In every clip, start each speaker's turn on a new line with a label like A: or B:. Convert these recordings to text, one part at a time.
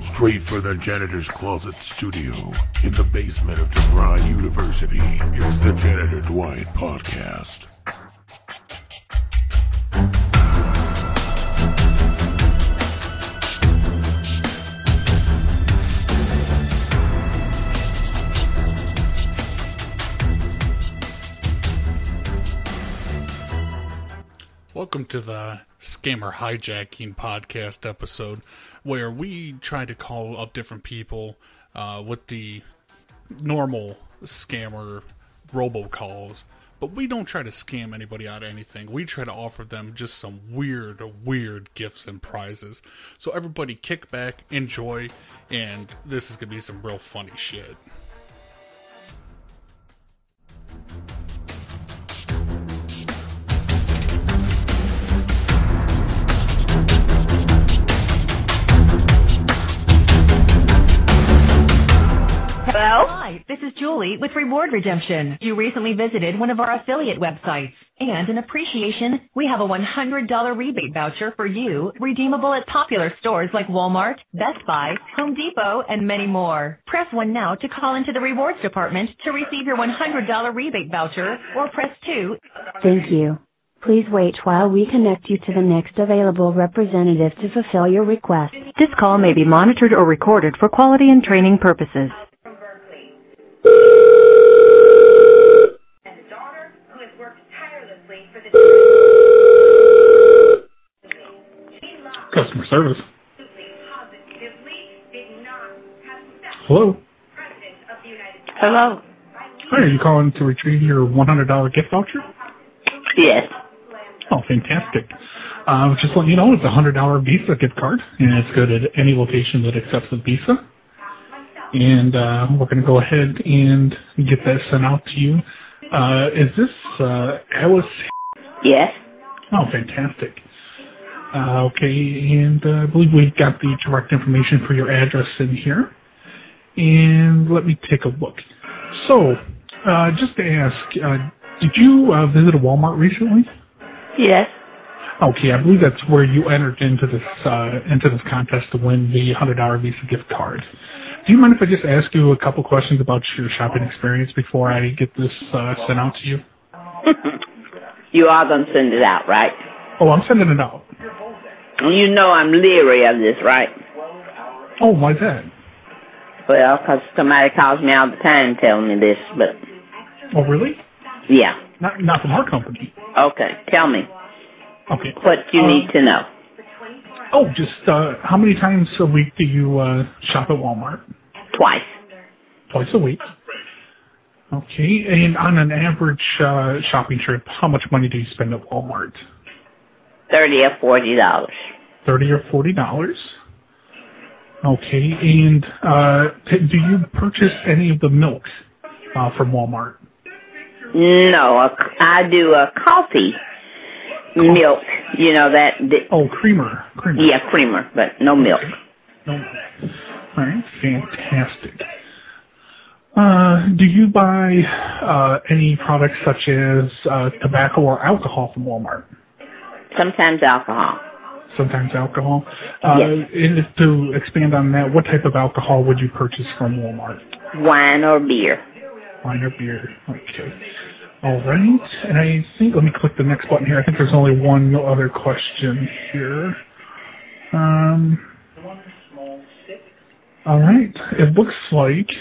A: Straight for the Janitor's Closet Studio in the basement of DeVry University. It's the Janitor Dwight Podcast.
B: Welcome to the Scammer Hijacking Podcast episode, where we try to call up different people uh, with the normal scammer robocalls, but we don't try to scam anybody out of anything. We try to offer them just some weird, weird gifts and prizes. So everybody kick back, enjoy, and this is going to be some real funny shit.
C: Hello? Hi, this is Julie with Reward Redemption. You recently visited one of our affiliate websites. And in appreciation, we have a $100 rebate voucher for you, redeemable at popular stores like Walmart, Best Buy, Home Depot, and many more. Press 1 now to call into the rewards department to receive your $100 rebate voucher, or press 2
D: Thank you. Please wait while we connect you to the next available representative to fulfill your request.
C: This call may be monitored or recorded for quality and training purposes.
B: Customer service. Hello.
C: Hello?
B: Hi, are you calling to retrieve your $100 gift voucher?
C: Yes.
B: Oh, fantastic. Uh, just letting you know, it's a $100 Visa gift card, and it's good at any location that accepts a Visa. And uh, we're going to go ahead and get that sent out to you. Uh, is this uh, Alice?
C: Yes.
B: Oh, fantastic. Uh, okay, and uh, I believe we've got the direct information for your address in here. And let me take a look. So, uh, just to ask, uh, did you uh, visit a Walmart recently?
C: Yes.
B: Okay, I believe that's where you entered into this uh, into this contest to win the hundred dollar Visa gift card. Do you mind if I just ask you a couple questions about your shopping experience before I get this uh, sent out to you?
E: You are going to send it out, right?
B: Oh, I'm sending it out.
E: You know I'm leery of this, right?
B: Oh, why that?
E: Well, 'cause somebody calls me all the time telling me this, but
B: Oh, really?
E: yeah.
B: Not not from our company.
E: Okay, tell me
B: Okay.
E: what you
B: Uh,
E: need to know.
B: Oh, just uh, how many times a week do you uh, shop at Walmart?
E: Twice.
B: Twice a week. Okay, and on an average uh, shopping trip, how much money do you spend at Walmart?
E: 30 or $40.
B: thirty or forty dollars. Okay, and uh, t- do you purchase any of the milk uh, from Walmart?
E: No, a c- I do a coffee milk, you know, that, the,
B: Oh, creamer, creamer.
E: yeah, creamer, but no milk.
B: No milk. All right, fantastic. Uh, do you buy uh, any products such as uh, tobacco or alcohol from Walmart?
E: Sometimes alcohol.
B: Sometimes alcohol. Uh,
E: Yes.
B: And to expand on that, what type of alcohol would you purchase from Walmart?
E: Wine or beer.
B: Wine or beer. Okay. All right. And I think, let me click the next button here. I think there's only one other question here. Um, all right. It looks like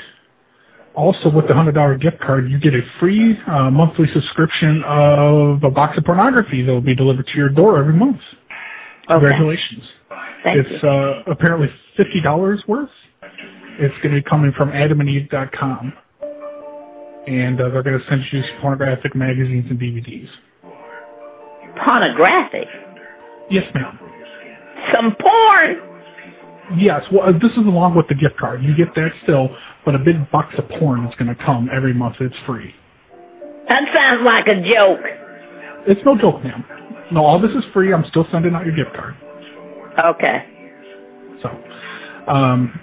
B: also with the $100 gift card, you get a free uh, monthly subscription of a box of pornography that will be delivered to your door every month. Congratulations.
E: Thank
B: it's
E: you.
B: uh, apparently $50 worth. It's going to be coming from adamandeve.com. And uh, they're going to send you some pornographic magazines and DVDs.
E: Pornographic.
B: Yes, ma'am.
E: Some porn.
B: Yes, well, uh, this is along with the gift card. You get that still, but a big box of porn is going to come every month. It's free.
E: That sounds like a joke.
B: It's no joke, ma'am. No, all this is free. I'm still sending out your gift card.
E: Okay.
B: So, um,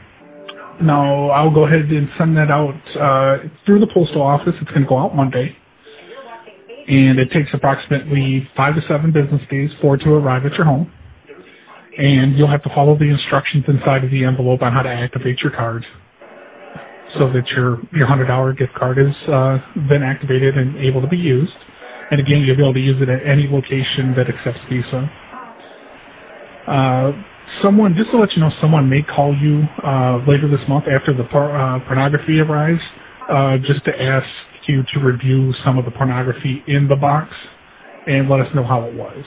B: now I'll go ahead and send that out uh, through the postal office. It's going to go out Monday, and it takes approximately five to seven business days for it to arrive at your home. and you'll have to follow the instructions inside of the envelope on how to activate your card so that your, your $100 gift card is uh, then activated and able to be used. And again, you'll be able to use it at any location that accepts Visa. Uh, someone, just to let you know, someone may call you uh, later this month after the por- uh, pornography arrives uh, just to ask you to review some of the pornography in the box and let us know how it was.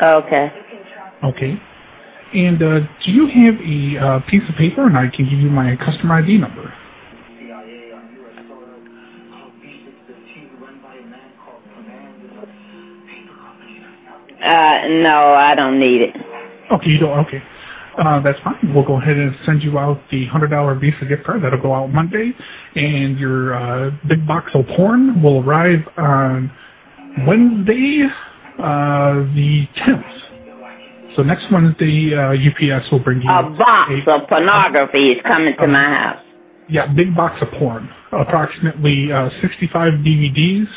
F: Okay.
B: Okay. And uh, do you have a uh, piece of paper? And I can give you my customer ID number.
F: Uh, no, I don't need it.
B: Okay, you don't. Okay, uh, that's fine. We'll go ahead and send you out the hundred dollar Visa gift card. That'll go out Monday, and your uh, big box of porn will arrive on Wednesday, uh, the tenth. So next Wednesday, uh, UPS will bring you
F: A box
B: a-
F: of pornography is coming to my house.
B: yeah, big box of porn, approximately uh, 65 DVDs.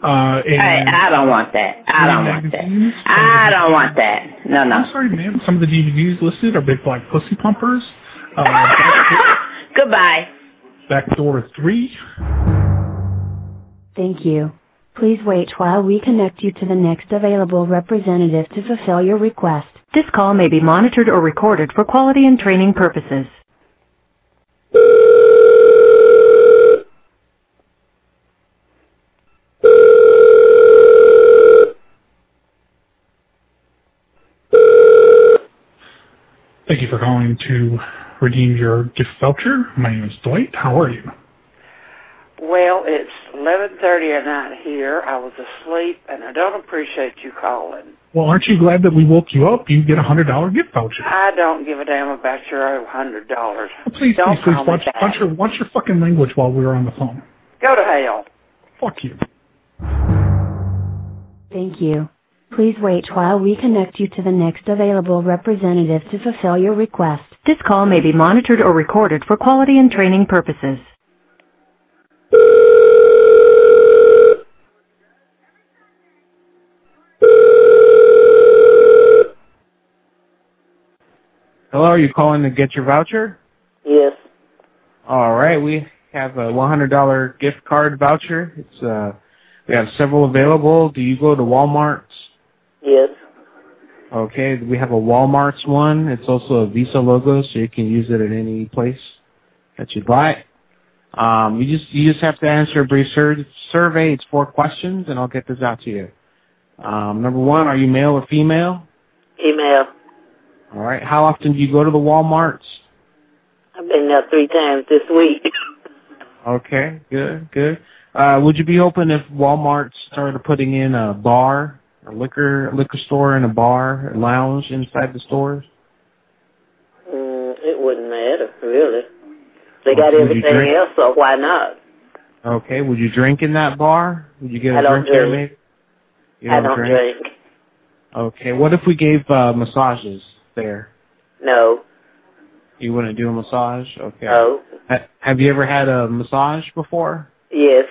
B: Uh,
F: Hey,
B: and
F: I don't want that. I don't want that. I don't want that. No,
B: I'm
F: no.
B: sorry, ma'am. Some of the DVDs listed are Big Black Pussy Pumpers, uh, Back,
F: Goodbye.
B: Backdoor 3,
D: Thank you. Please wait while we connect you to the next available representative to fulfill your request.
C: This call may be monitored or recorded for quality and training purposes.
B: Thank you for calling to redeem your gift voucher. My name is Dwight. How are you?
E: Well, it's 11.30 at night here. I was asleep, and I don't appreciate you calling.
B: Well, aren't you glad that we woke you up? You get a $100 gift voucher.
E: I don't give a damn about your $100.
B: Please,
E: don't
B: please, please,
E: call
B: watch,
E: me back.
B: watch, your, watch your fucking language while we were on the phone.
E: Go to hell.
B: Fuck you.
D: Thank you. Please wait while we connect you to the next available representative to fulfill your request.
C: This call may be monitored or recorded for quality and training purposes.
G: Hello, are you calling to get your voucher?
E: Yes.
G: All right, we have a $100 gift card voucher. It's uh, we have several available. Do you go to Walmart's?
E: Yes.
G: Okay, we have a Walmart's one. It's also a Visa logo, so you can use it at any place that you'd like. Um, you just you just have to answer a brief sur- survey. It's four questions, and I'll get this out to you. Um, number one, are you male or female?
E: Email.
G: All right, how often do you go to the Walmart's?
E: I've been there three times this week.
G: Okay, good, good. Uh, would you be open if Walmart started putting in a bar, a liquor liquor store, and a bar, a lounge inside the stores?
E: Mm, it wouldn't matter, really. They
G: Well,
E: got
G: would you
E: everything
G: drink?
E: else, so why not?
G: Okay, would you drink in that bar? Would you get a
E: I don't
G: drink there,
E: drink.
G: maybe? You
E: I don't drink.
G: Okay, what if we gave uh, massages there?
E: No.
G: You wouldn't do a massage? Okay.
E: No.
G: Ha- have you ever had a massage before?
E: Yes.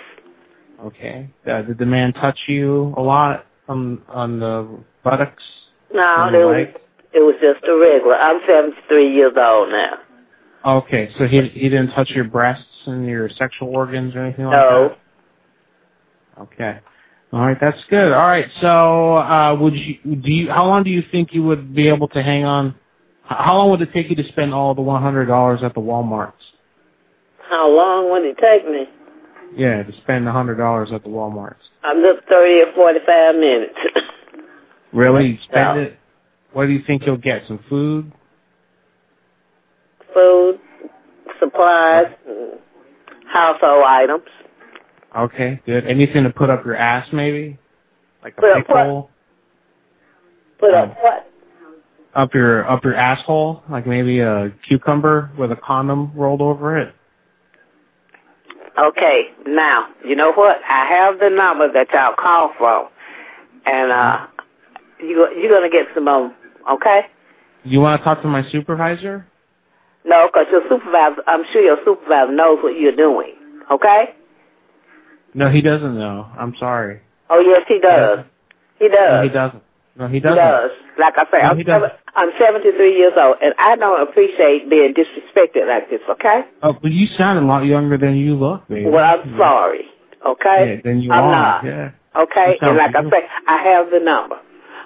G: Okay. Uh, did the man touch you a lot on on the buttocks?
E: No,
G: on
E: it
G: the
E: was,
G: leg?
E: it was just a regular. I'm 73 years old now.
G: Okay, so he he didn't touch your breasts and your sexual organs or anything like
E: No.
G: that. Okay. All right, that's good. All right, so uh, would you do you? How long do you think you would be able to hang on? h- How long would it take you to spend all the one hundred dollars at the WalMarts?
E: How long would it take me?
G: Yeah, to spend the hundred dollars at the WalMarts.
E: I'm up 30 or 45 minutes.
G: Really? You spend
E: No.
G: it. What do you think you'll get? Some food?
E: Food, supplies, and household items.
G: Okay, good. Anything to put up your ass, maybe? Like a
E: Put up what?
G: pickle?
E: Put up what?
G: up your up your asshole, like maybe a cucumber with a condom rolled over it.
E: Okay, now, you know what? I have the number that y'all call from. And uh, you, you're going to get some of 'em, okay?
G: You want to talk to my supervisor?
E: No, 'cause your supervisor, I'm sure your supervisor knows what you're doing, okay?
G: No, he doesn't know. I'm sorry.
E: Oh, yes, he does. He
G: No,
E: does.
G: he doesn't. No, he
E: He
G: doesn't.
E: does. Like I say,
G: No,
E: I'm,
G: he doesn't.
E: seven- I'm 73 years old, and I don't appreciate being disrespected like this, okay?
G: Oh, but you sound a lot younger than you look, baby.
E: Well, I'm sorry, okay?
G: Yeah, than you
E: I'm
G: are.
E: not,
G: Yeah.
E: okay?
G: That
E: And
G: sounds
E: like I
G: good.
E: say, I have the number,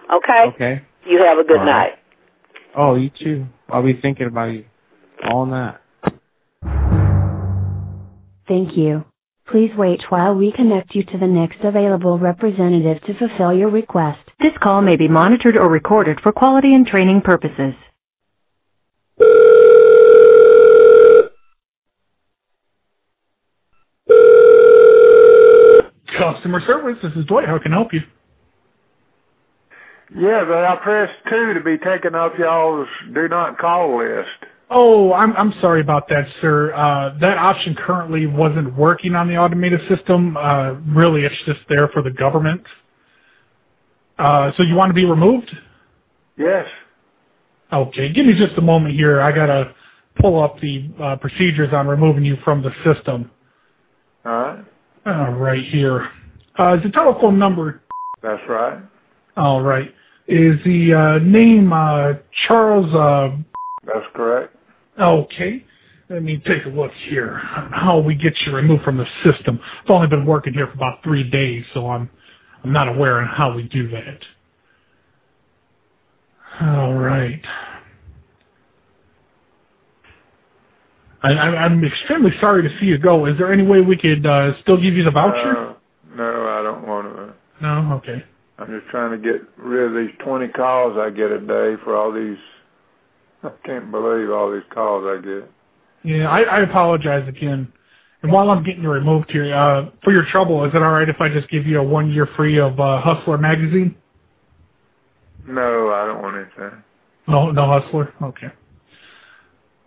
E: okay?
G: Okay.
E: You have a good
G: All
E: night.
G: right. Oh, you too. I'll be thinking about you all night.
D: Thank you. Please wait while we connect you to the next available representative to fulfill your request.
C: This call may be monitored or recorded for quality and training purposes.
B: Customer service, this is Dwight. How can I help you?
H: Yeah, but I pressed two to be taken off y'all's do not call list.
B: Oh, I'm I'm sorry about that, sir. Uh, that option currently wasn't working on the automated system. Uh, really, it's just there for the government. Uh, so you want to be removed?
H: Yes.
B: Okay, give me just a moment here. I gotta pull up the uh, procedures on removing you from the system.
H: All right.
B: All right, here uh, is the telephone number.
H: That's right.
B: All right, is the uh, name uh, Charles? Uh,
H: That's correct.
B: Okay. Let me take a look here on how we get you removed from the system. I've only been working here for about three days, so I'm I'm not aware on how we do that. All right. I, I, I'm extremely sorry to see you go. Is there any way we could uh, still give you the voucher?
H: Uh, no, I don't want to.
B: no. Okay.
H: I'm just trying to get rid of these 20 calls I get a day for all these. I can't believe all these calls I get.
B: Yeah, I, I apologize again. And while I'm getting you removed here, uh, for your trouble, is it all right if I just give you a one year free of uh, Hustler magazine?
H: No, I don't want anything.
B: No, no hustler. Okay.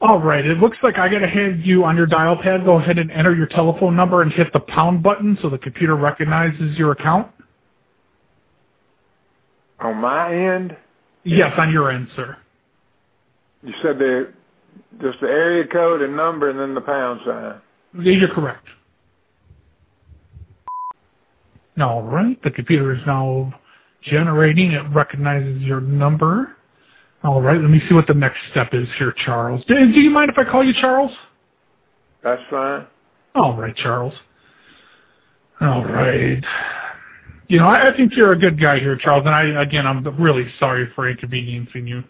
B: All right. It looks like I gotta have you on your dial pad. Go ahead and enter your telephone number and hit the pound button so the computer recognizes your account.
H: On my end,
B: Yes, on your end, sir.
H: you said the just the area code and number and then the pound sign.
B: Yeah, You're correct. All right. The computer is now generating. It recognizes your number. All right. Let me see what the next step is here, Charles. Do, do you mind if I call you Charles?
H: That's fine.
B: All right, Charles. All right. You know, I, I think you're a good guy here, Charles, and I again, I'm really sorry for inconveniencing you.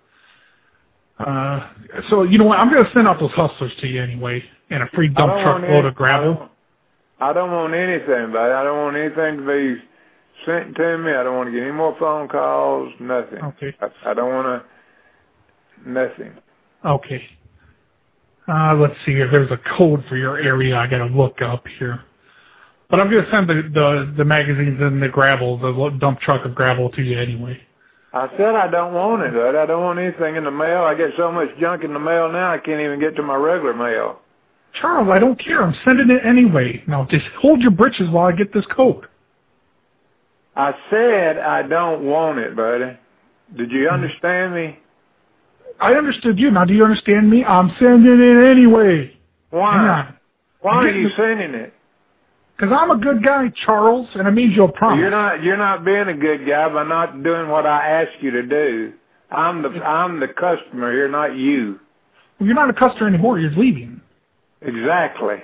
B: Uh, so you know what? I'm gonna send out those hustlers to you anyway, and a free dump
H: I don't
B: truck
H: want
B: load
H: any-
B: of gravel.
H: I don't want anything, but I don't want anything to be sent to me. I don't want to get any more phone calls, nothing.
B: Okay.
H: I, I don't want to, nothing.
B: Okay. Uh, let's see here. There's a code for your area. I gotta look up here. But I'm gonna send the the, the magazines and the gravel, the lo- dump truck of gravel to you anyway.
H: I said I don't want it, but I don't want anything in the mail. I get so much junk in the mail now I can't even get to my regular mail.
B: Charles, I don't care. I'm sending it anyway. Now just hold your britches while I get this code.
H: I said I don't want it, buddy. Did you understand me?
B: I understood you. Now do you understand me? I'm sending it anyway. Hang
H: Why?
B: on.
H: Why are you sending it?
B: Because I'm a good guy, Charles, and it means you'll promise.
H: You're not you're not being a good guy by not doing what I asked you to do. I'm the I'm the customer here, not you.
B: You're not a customer anymore. You're leaving.
H: Exactly.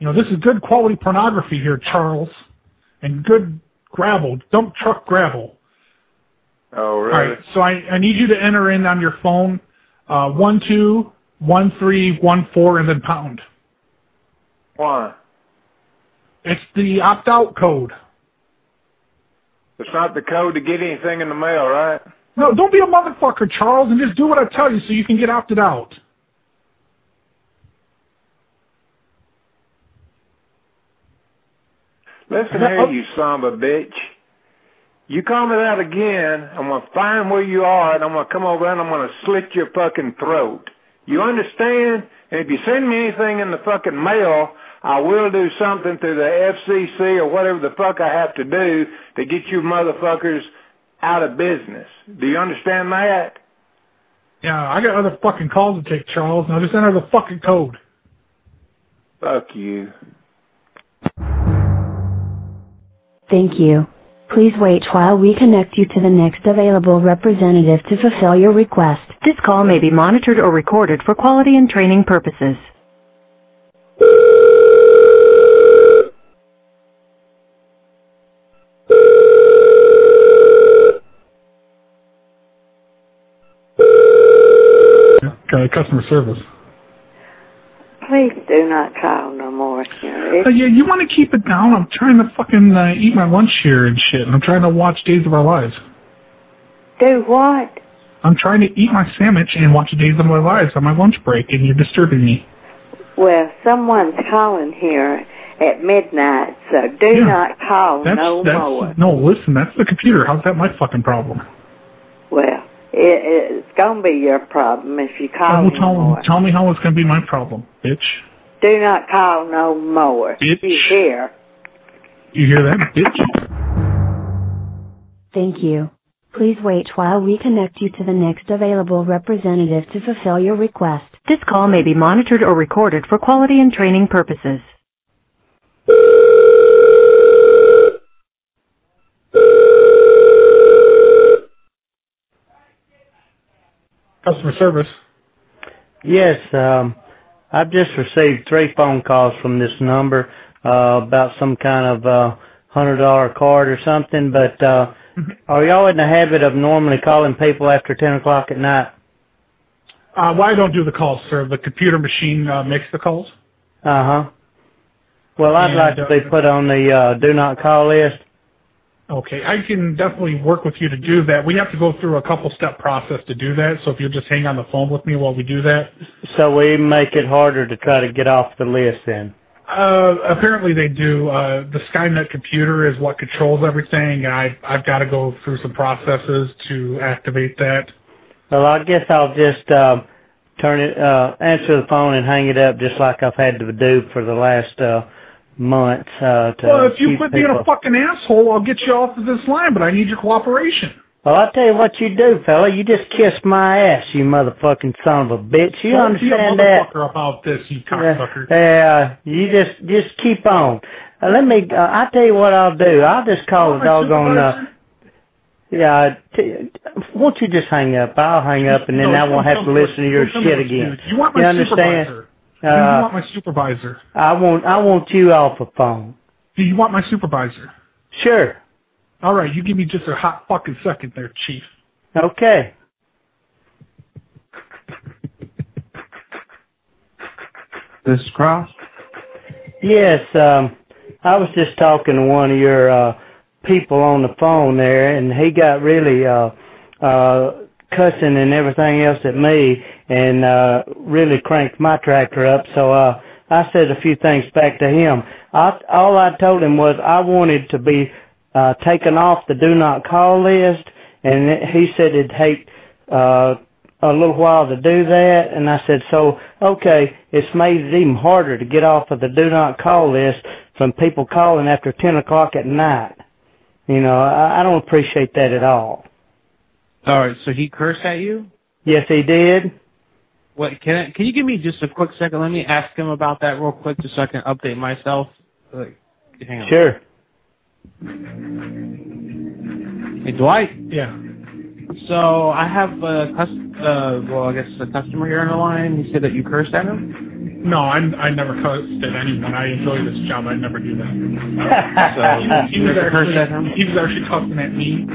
B: You know, this is good quality pornography here, Charles. And good gravel, dump truck gravel.
H: Oh,
B: All
H: really?
B: right, so I, I need you to enter in on your phone uh, 1, 2, 1, 3, 1, 4, and then pound.
H: Why?
B: It's the opt-out code.
H: It's not the code to get anything in the mail, right?
B: No, don't be a motherfucker, Charles, and just do what I tell you so you can get opted out.
H: Listen
B: No.
H: here, you son of a bitch. You call me that again, I'm gonna find where you are, and I'm gonna come over and I'm gonna slit your fucking throat. You understand? And if you send me anything in the fucking mail, I will do something to the FCC or whatever the fuck I have to do to get you motherfuckers out of business. Do you understand that?
B: Yeah, I got other fucking calls to take, Charles. Now just enter the fucking code.
H: Fuck you.
D: Thank you. Please wait while we connect you to the next available representative to fulfill your request.
C: This call may be monitored or recorded for quality and training purposes.
B: Uh, customer service.
E: Please do not call no more. You know,
B: Uh, yeah, you want to keep it down? I'm trying to fucking uh, eat my lunch here and shit, and I'm trying to watch Days of Our Lives.
E: Do what?
B: I'm trying to eat my sandwich and watch Days of Our Lives on my lunch break, and you're disturbing me.
E: Well, someone's calling here at midnight, so do
B: Yeah.
E: not call
B: That's,
E: no
B: that's,
E: more.
B: No, listen, that's the computer. How's that my fucking problem?
E: Well, it, it's gonna be your problem if you call
B: well,
E: no
B: tell,
E: more.
B: tell me how it's going to be my problem, bitch.
E: Do not call no more.
B: Bitch.
E: You hear?
B: You hear that, bitch?
D: Thank you. Please wait while we connect you to the next available representative to fulfill your request.
C: This call may be monitored or recorded for quality and training purposes.
B: Customer service.
I: Yes, um, I've just received three phone calls from this number uh, about some kind of uh, hundred dollar card or something. But uh,
B: Mm-hmm.
I: are y'all in the habit of normally calling people after ten o'clock at night?
B: Uh, well, I don't do the calls, sir. The computer machine uh, makes the calls.
I: Uh
E: Uh-huh.
I: huh. Well, I'd
B: And,
I: like to be
B: uh,
I: put on the uh, do not call list.
B: Okay, I can definitely work with you to do that. We have to go through a couple step process to do that, so if you'll just hang on the phone with me while we do that.
I: So we make it harder to try to get off the list. Then.
B: Uh, apparently they do. Uh, the Skynet computer is what controls everything, and I, I've got to go through some processes to activate that.
I: Well, I guess I'll just uh, turn it, uh, answer the phone and hang it up, just like I've had to do for the last uh, month. Uh, to
B: well, if you
I: keep
B: quit being a
I: people-
B: fucking asshole, I'll get you off of this line, but I need your cooperation.
I: Well, I'll tell you what you do, fella. You just kiss my ass, you motherfucking son of a bitch. You
B: Don't be a
I: understand that?
B: motherfucker about this, you cocksucker.
I: Yeah, you just just keep on. Uh, let me. Uh, I tell you what I'll do. I'll just call the doggone. Uh, yeah, I t- won't you just hang up? I'll hang up, and then
B: No,
I: I won't
B: don't
I: have
B: come
I: to
B: to-
I: listen to your
B: don't come to
I: shit
B: this,
I: again.
B: dude. You want my
I: understand?
B: supervisor. Do you
I: Uh,
B: want my supervisor?
I: I want I want you off the phone.
B: Do you want my supervisor?
I: Sure.
B: All right, you give me just a hot fucking second there, chief.
I: Okay.
G: This is Cross.
I: Yes, um, I was just talking to one of your uh, people on the phone there, and he got really uh, uh, cussing and everything else at me, and uh, really cranked my tractor up. So uh, I said a few things back to him. I, all I told him was I wanted to be uh, taken off the do not call list, and he said it'd take uh, a little while to do that, and I said, so, okay, it's made it even harder to get off of the do not call list from people calling after 10 o'clock at night. You know, I, I don't appreciate that at all.
G: All right, so he cursed at you.
I: Yes, he did.
G: What can I, can you give me just a quick second? Let me ask him about that real quick, just so I can update myself. Like, hang on.
I: Sure.
G: Hey, Dwight.
B: Yeah.
G: So I have a cus- uh, well, I guess a customer here on the line. He said that you cursed at him.
B: No, I, I never cussed at anyone. I enjoy this job. I never do that.
G: So
B: He
G: you
B: was
G: never cursed at
B: actually,
G: him.
B: he was actually cussing at me.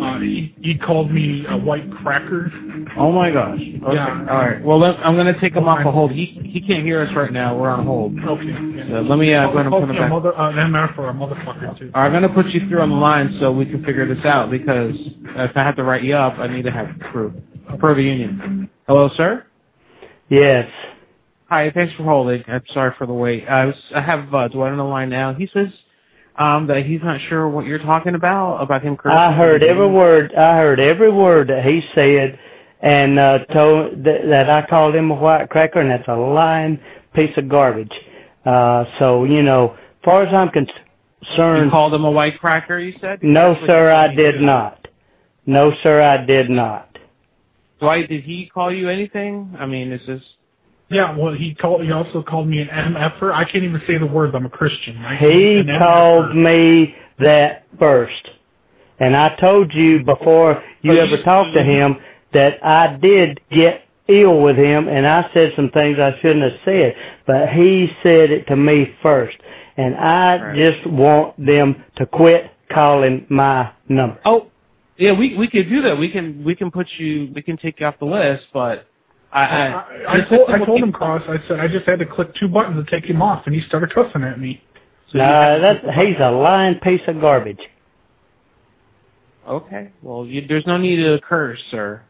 B: Uh, he, he called me a white cracker.
G: Oh my gosh. Okay.
B: Yeah.
G: All right. Well, let, I'm gonna take him off a hold. He he can't hear us right now. We're on hold.
B: Okay. Yeah.
G: So let me uh, go ahead and
B: Called
G: put
B: me
G: him
B: a
G: back.
B: mother, uh, an MF or a motherfucker too.
G: I'm gonna put you through on the line so we can figure this out because if I have to write you up, I need to have proof. Prove the union. Hello, sir.
I: Yes.
G: Hi, thanks for holding. I'm sorry for the wait. I was I have uh, Dwight on the line now. He says um, that he's not sure what you're talking about about him cursing.
I: I heard every word. I heard every word that he said, and uh, told th- that I called him a white cracker, and that's a lying piece of garbage. Uh, so you know, far as I'm
G: You
I: concerned,
G: called him a white cracker. You said
I: No,
G: That's what
I: sir,
G: you
I: I
G: said you
I: did not. No, sir, I did not.
G: Dwight, did he call you anything? I mean, is this
B: Yeah. Well, he called. He also called me an MFer. I can't even say the words. I'm a Christian. I-
I: He
B: an MFer.
I: called me that first. And I told you before you ever talked to him that I did get ill with him and I said some things I shouldn't have said, but he said it to me first. And I just want them to quit calling my number.
G: Oh, yeah, we we could do that. We can we can put you we can take you off the list, but I
B: I, I, told, I told him, Cross, I said I just had to click two buttons to take him off, and he started cussing at me.
I: Nah, that's, he's a lying piece of garbage.
G: okay. Well, you, there's no need to curse, sir.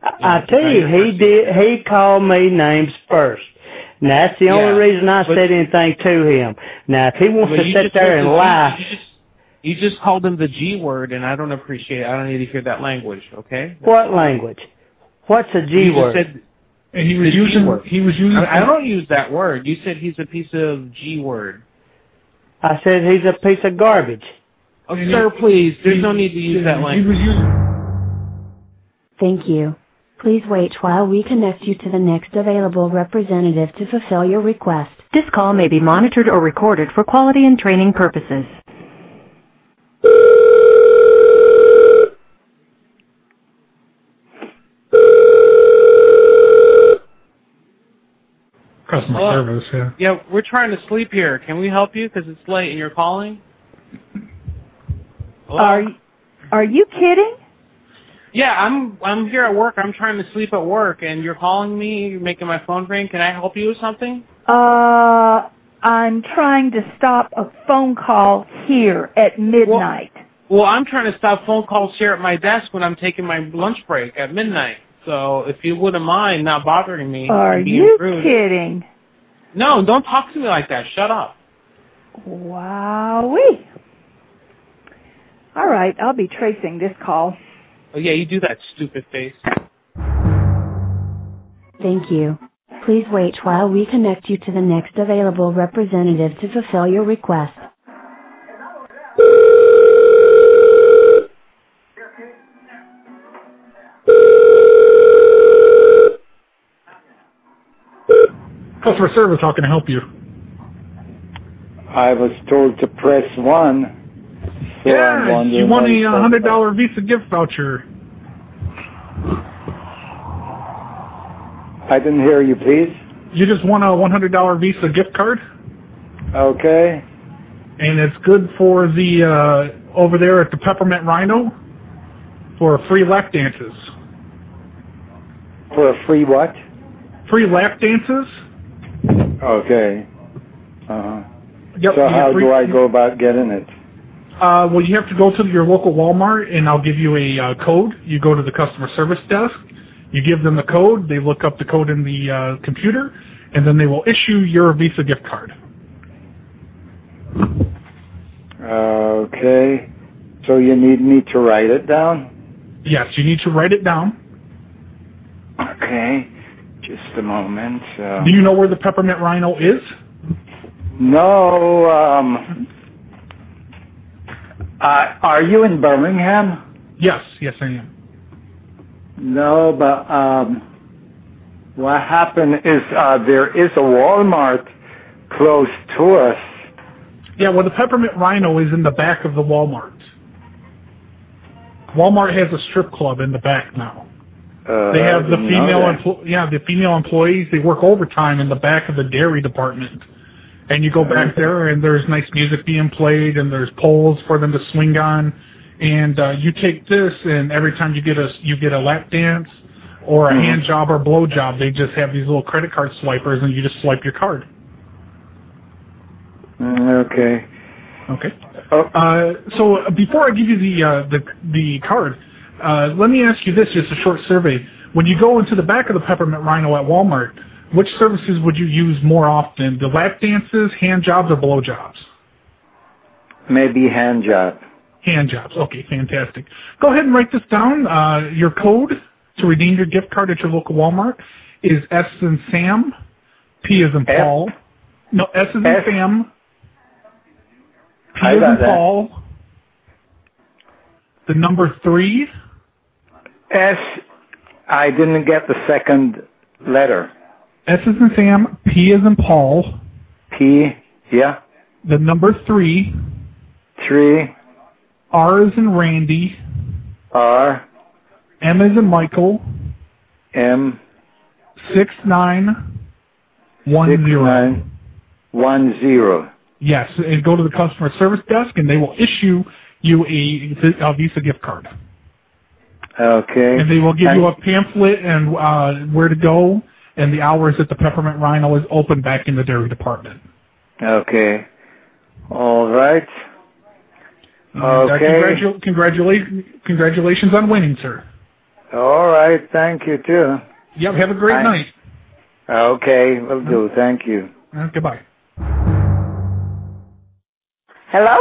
I: I tell you, he did. He called me names first. Now that's the only
G: Yeah,
I: reason I
G: but-
I: said anything to him. Now if he wants
G: Well,
I: to
G: you
I: sit
G: just
I: there and
G: told him-
I: lie,
G: You just called him the G word, and I don't appreciate. it. I don't need to hear that language. Okay.
I: what language? What's a G
G: You just
I: word?
G: said-
B: and he
G: was using-
B: He was using.
G: I, I don't use that word. You said he's a piece of G word.
I: I said he's a piece of garbage.
G: Oh, sir, please. There's no need to use that language.
D: Thank you. Please wait while we connect you to the next available representative to fulfill your request.
C: This call may be monitored or recorded for quality and training purposes.
B: Customer
G: Hello?
B: service, yeah.
G: Yeah, we're trying to sleep here. Can we help you? Because it's late and you're calling. Hello?
J: Are y- are you kidding?
G: Yeah, I'm I'm here at work. I'm trying to sleep at work, and you're calling me. You're making my phone ring. Can I help you with something?
J: Uh, I'm trying to stop a phone call here at midnight.
G: Well, I'm trying to stop phone calls here at my desk when I'm taking my lunch break at midnight. So if you wouldn't mind not bothering me,
J: are
G: and being
J: you
G: rude.
J: kidding?
G: No, don't talk to me like that. Shut up.
J: Wowee. All right, I'll be tracing this call.
G: Oh yeah, you do that stupid face.
D: Thank you. Please wait while we connect you to the next available representative to fulfill your request.
B: Customer service, how can I help you?
K: I was told to press one. So I'm
B: yeah,
K: wondering
B: you won
K: why
B: a
K: you
B: uh,
K: pressed
B: hundred dollar Visa gift voucher.
K: I didn't hear you, please.
B: You just won a one hundred dollar Visa gift card.
K: Okay.
B: And it's good for the uh, over there at the Peppermint Rhino for free lap dances.
K: For a free what?
B: Free lap dances.
K: Okay. Uh-huh.
B: Yep,
K: so
B: you
K: how
B: free-
K: do I go about getting it?
B: Uh, well, you have to go to your local Walmart, and I'll give you a uh, code. You go to the customer service desk. You give them the code. They look up the code in the uh, computer, and then they will issue your Visa gift card.
K: Okay. So you need me to write it down?
B: Yes, you need to write it down.
K: Okay. Just a moment. Uh,
B: Do you know where the Peppermint Rhino is?
K: no, um... Uh, are you in Birmingham?
B: Yes, yes I am.
K: No, but um, what happened is uh, there is a Walmart close to us.
B: Yeah, well, the Peppermint Rhino is in the back of the Walmart. Walmart has a strip club in the back now.
K: Uh,
B: They have
K: I
B: the
K: didn't know
B: female,
K: that.
B: empl- yeah, the female employees. They work overtime in the back of the dairy department. And you go back there, and there's nice music being played, and there's poles for them to swing on. And uh, you take this, and every time you get a you get a lap dance or a hand job or blow job, they just have these little credit card swipers, and you just swipe your card.
K: Mm, Okay.
B: Okay. Uh, so before I give you the uh, the the card, uh, let me ask you this: just a short survey. When you go into the back of the Peppermint Rhino at Walmart, which services would you use more often? The lap dances, hand jobs, or blow jobs?
K: Maybe hand job.
B: Hand jobs. Okay, fantastic. Go ahead and write this down. Uh, your code to redeem your gift card at your local Walmart is S as in Sam, P as in Paul. No, S as in Sam. P
K: I
B: as
K: got
B: in
K: that.
B: Paul. The number three.
K: S. I didn't get the second letter.
B: S is in Sam. P is in Paul.
K: P. Yeah.
B: The number three.
K: Three.
B: R is in Randy.
K: R.
B: M is in Michael.
K: M.
B: Six nine one zero.
K: One zero.
B: Yes, and go to the customer service desk, and they will issue you a, a Visa gift card.
K: Okay.
B: And they will give you a pamphlet and uh, where to go and the hours that the Peppermint Rhino is open back in the dairy department.
K: Okay. All right.
B: And, uh,
K: Okay.
B: congratu- congratulate- congratulations on winning, sir.
K: All right. Thank you too.
B: Yep. Have a great night.
K: Okay. Will do. Thank you.
B: Uh, goodbye.
F: Hello?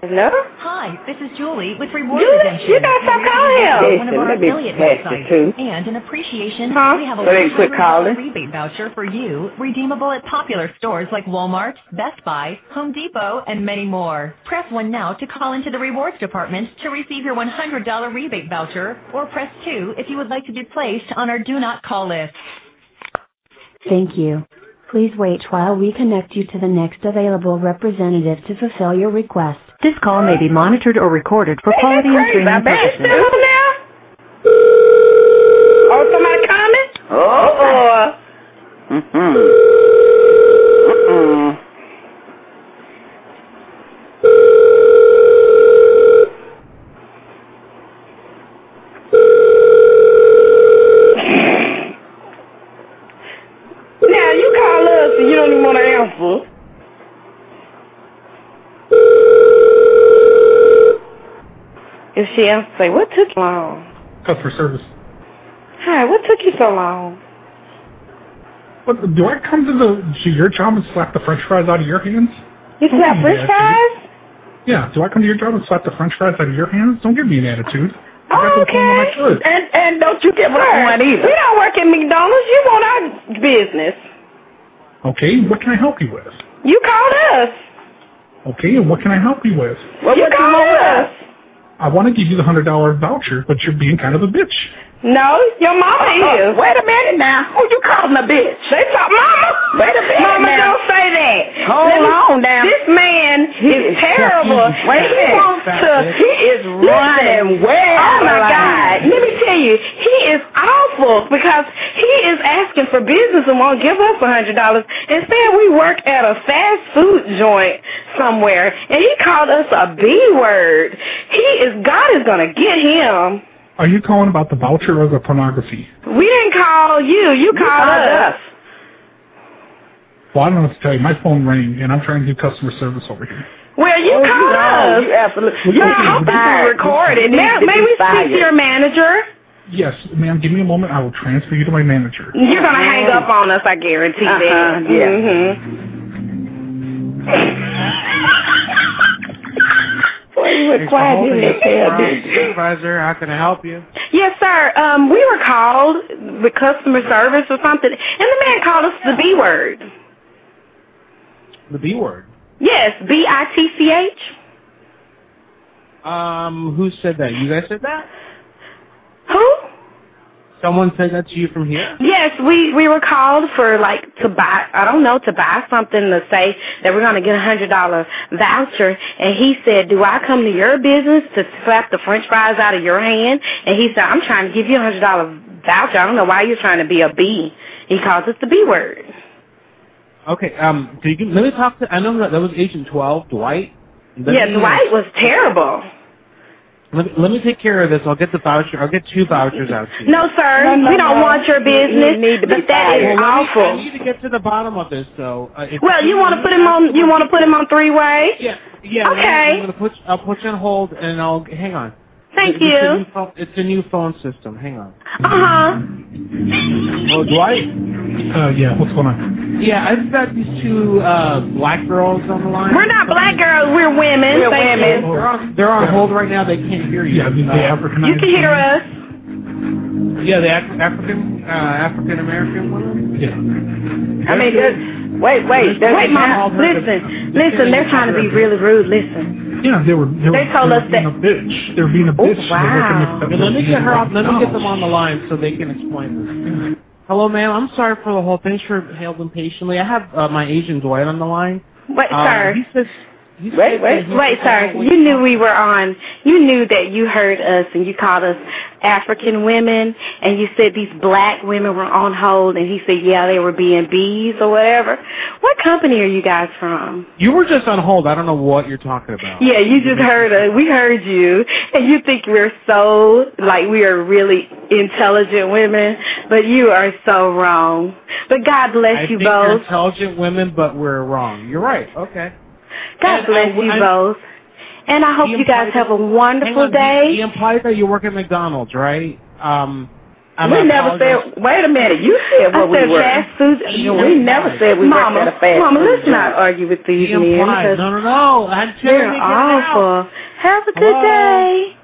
F: Hello?
C: Hi, this is Julie with Reward
F: Julie,
C: Redemption.
F: you gotta stop calling him.
C: One
F: Jason, let
C: of our
F: me
C: affiliate
F: pass the
C: websites.
F: two.
C: And in appreciation,
F: Huh?
C: we have a
F: So they quit
C: $100
F: calling?
C: rebate voucher for you, redeemable at popular stores like Walmart, Best Buy, Home Depot, and many more. Press 1 now to call into the rewards department to receive your $100 rebate voucher, or press 2 if you would like to be placed on our Do Not Call list.
D: Thank you. Please wait while we connect you to the next available representative to fulfill your request. This call may be monitored or recorded for quality and training purposes.
F: Who now? Oh, somebody coming? Oh, boy. Mm-mm. Mm-mm. Now, you call us and you don't even want to answer. If she answers, say, what took you long?
B: Customer service.
F: Hi, what took you so long?
B: What, do I come to the to your job and slap the French fries out of your hands?
F: You
B: Don't
F: slap
B: give me
F: French
B: an
F: fries?
B: Yeah. Do I come to your job and slap the French fries out of your hands? Don't give me an attitude.
F: Okay. And and don't you give us one either. We don't work at McDonald's. You want our business.
B: Okay. What can I help you with?
F: You called us.
B: Okay. And what can I help you with?
F: Well, you called us.
B: I want to give you the hundred dollar voucher, but you're being kind of a bitch.
F: No, your mama is. Uh-uh. Wait a minute now. Who you calling a bitch? They talk mama. Wait a minute Mama,
E: now.
F: don't say that.
E: Hold
F: Let me-
E: on now.
F: This man is terrible.
E: Wait a
F: he
E: minute.
F: wants to.
E: He is
F: Listen.
E: running
F: Oh my
E: wild.
F: God. Let me tell you, he is awful because he is asking for business and won't give us a hundred dollars. Instead, we work at a fast food joint somewhere, and he called us a b word. He is. God is gonna get him.
B: Are you calling about the voucher or the pornography?
F: We didn't call you. You called, us.
B: Well, I don't know what to tell you. My phone rang, and I'm trying to do customer service over here.
F: Well, you called us. You absolutely.
B: Well, Oh, you
F: Now, I hope
B: can
F: this
B: fire.
F: is
B: You
F: recorded. May,
B: need to
F: may
B: be
F: we speak
B: fired.
F: to your manager?
B: Yes, ma'am. Give me a moment. I will transfer you to my manager.
F: You're going to hang up on us, I guarantee that.
B: yeah.
F: Mm-hmm. Boy, you were quiet in the cell, didn't you?
G: Supervisor, how can I help you?
F: Yes, sir. Um, we were called, the customer service or something, and the man called us the B word.
G: The B word.
F: Yes, B-I-T-C-H.
G: Um, who said that? You guys said that?
F: Who?
G: Someone said that to you from here?
F: Yes, we we were called for like to buy I don't know to buy something to say that we're gonna get a hundred dollar voucher, and he said, "Do I come to your business to slap the French fries out of your hand?" And he said, "I'm trying to give you a hundred dollar voucher. I don't know why you're trying to be a B." He calls us the B word.
G: Okay, um, do you, let me talk to, I know that, that was Agent 12, Dwight. Let
F: yeah,
G: me-
F: Dwight was terrible.
G: Let me, let me take care of this. I'll get the voucher. I'll get two vouchers out to you.
F: No, sir,
G: No, no,
F: we don't
G: no.
F: want your
G: You-
F: business.
G: you need to be
F: but that
G: fired.
F: is
G: Well, let me-
F: awful.
G: I need to get to the bottom of this, though. Uh, if-
F: well, you want to put him on? You want to put him on three way?
G: Yeah. Yeah. let me-
F: Okay.
G: I'm gonna put, I'll put you on hold, and I'll hang on. It's
F: Thank
G: a
F: you.
G: new phone- It's a new phone system. Hang on.
F: Uh huh.
G: Well, Dwight.
B: Uh, yeah. What's going on?
G: Yeah, I've got these two uh, black girls on the line.
F: We're not black girls. We're women.
G: We're
F: Thank
G: women.
F: you.
G: They're on, they're on hold right now. They can't hear you. Yeah, the African.
F: You can hear us.
G: Yeah, the Af- African uh, African American woman.
F: I mean, uh, wait, wait, wait, Mom. Listen, listen. They're trying to be really rude. Listen.
B: Yeah, they were. They, were,
F: They told
B: they
F: us
B: were being a bitch. They were being a bitch. They were
F: wow.
B: working at the-
G: Let me get her off. Let me get them on the line so they can explain this. Hello, ma'am. I'm sorry for the whole. Thanks for holding patiently. I have uh, my agent Dwight on the line.
F: Wait,
G: Um,
F: sir.
G: He says
F: Wait, wait,
E: wait,
F: sir. You knew we were on. You knew that you heard us and you called us African women and you said these black women were on hold and he said, yeah, they were being bees or whatever. What company are you guys from?
G: You were just on hold. I don't know what you're talking about.
F: Yeah, you just heard us. We heard you, and you think we're so like we are really intelligent women, but you are so wrong. But God bless
G: I
F: you
G: think you're
F: both.
G: intelligent women, but we're wrong. You're right. Okay.
F: God bless you both. And I hope you guys have a wonderful
G: He,
F: day.
G: he implies that you work at McDonald's, right? Um, I'm
F: We
G: gonna
F: never
G: apologize.
F: said- wait a minute, you said what
G: I
F: we
G: said
F: were.
G: fast
F: food.
G: You know, we never said we
F: Mama,
G: worked at a fast
F: Mama,
G: food
F: let's
G: joint.
F: not argue with these
G: He
F: men.
G: implied-
F: because
G: no, no, no. I'm telling
F: they're
G: you, get out.
F: awful. Have a good
G: Hello?
F: day.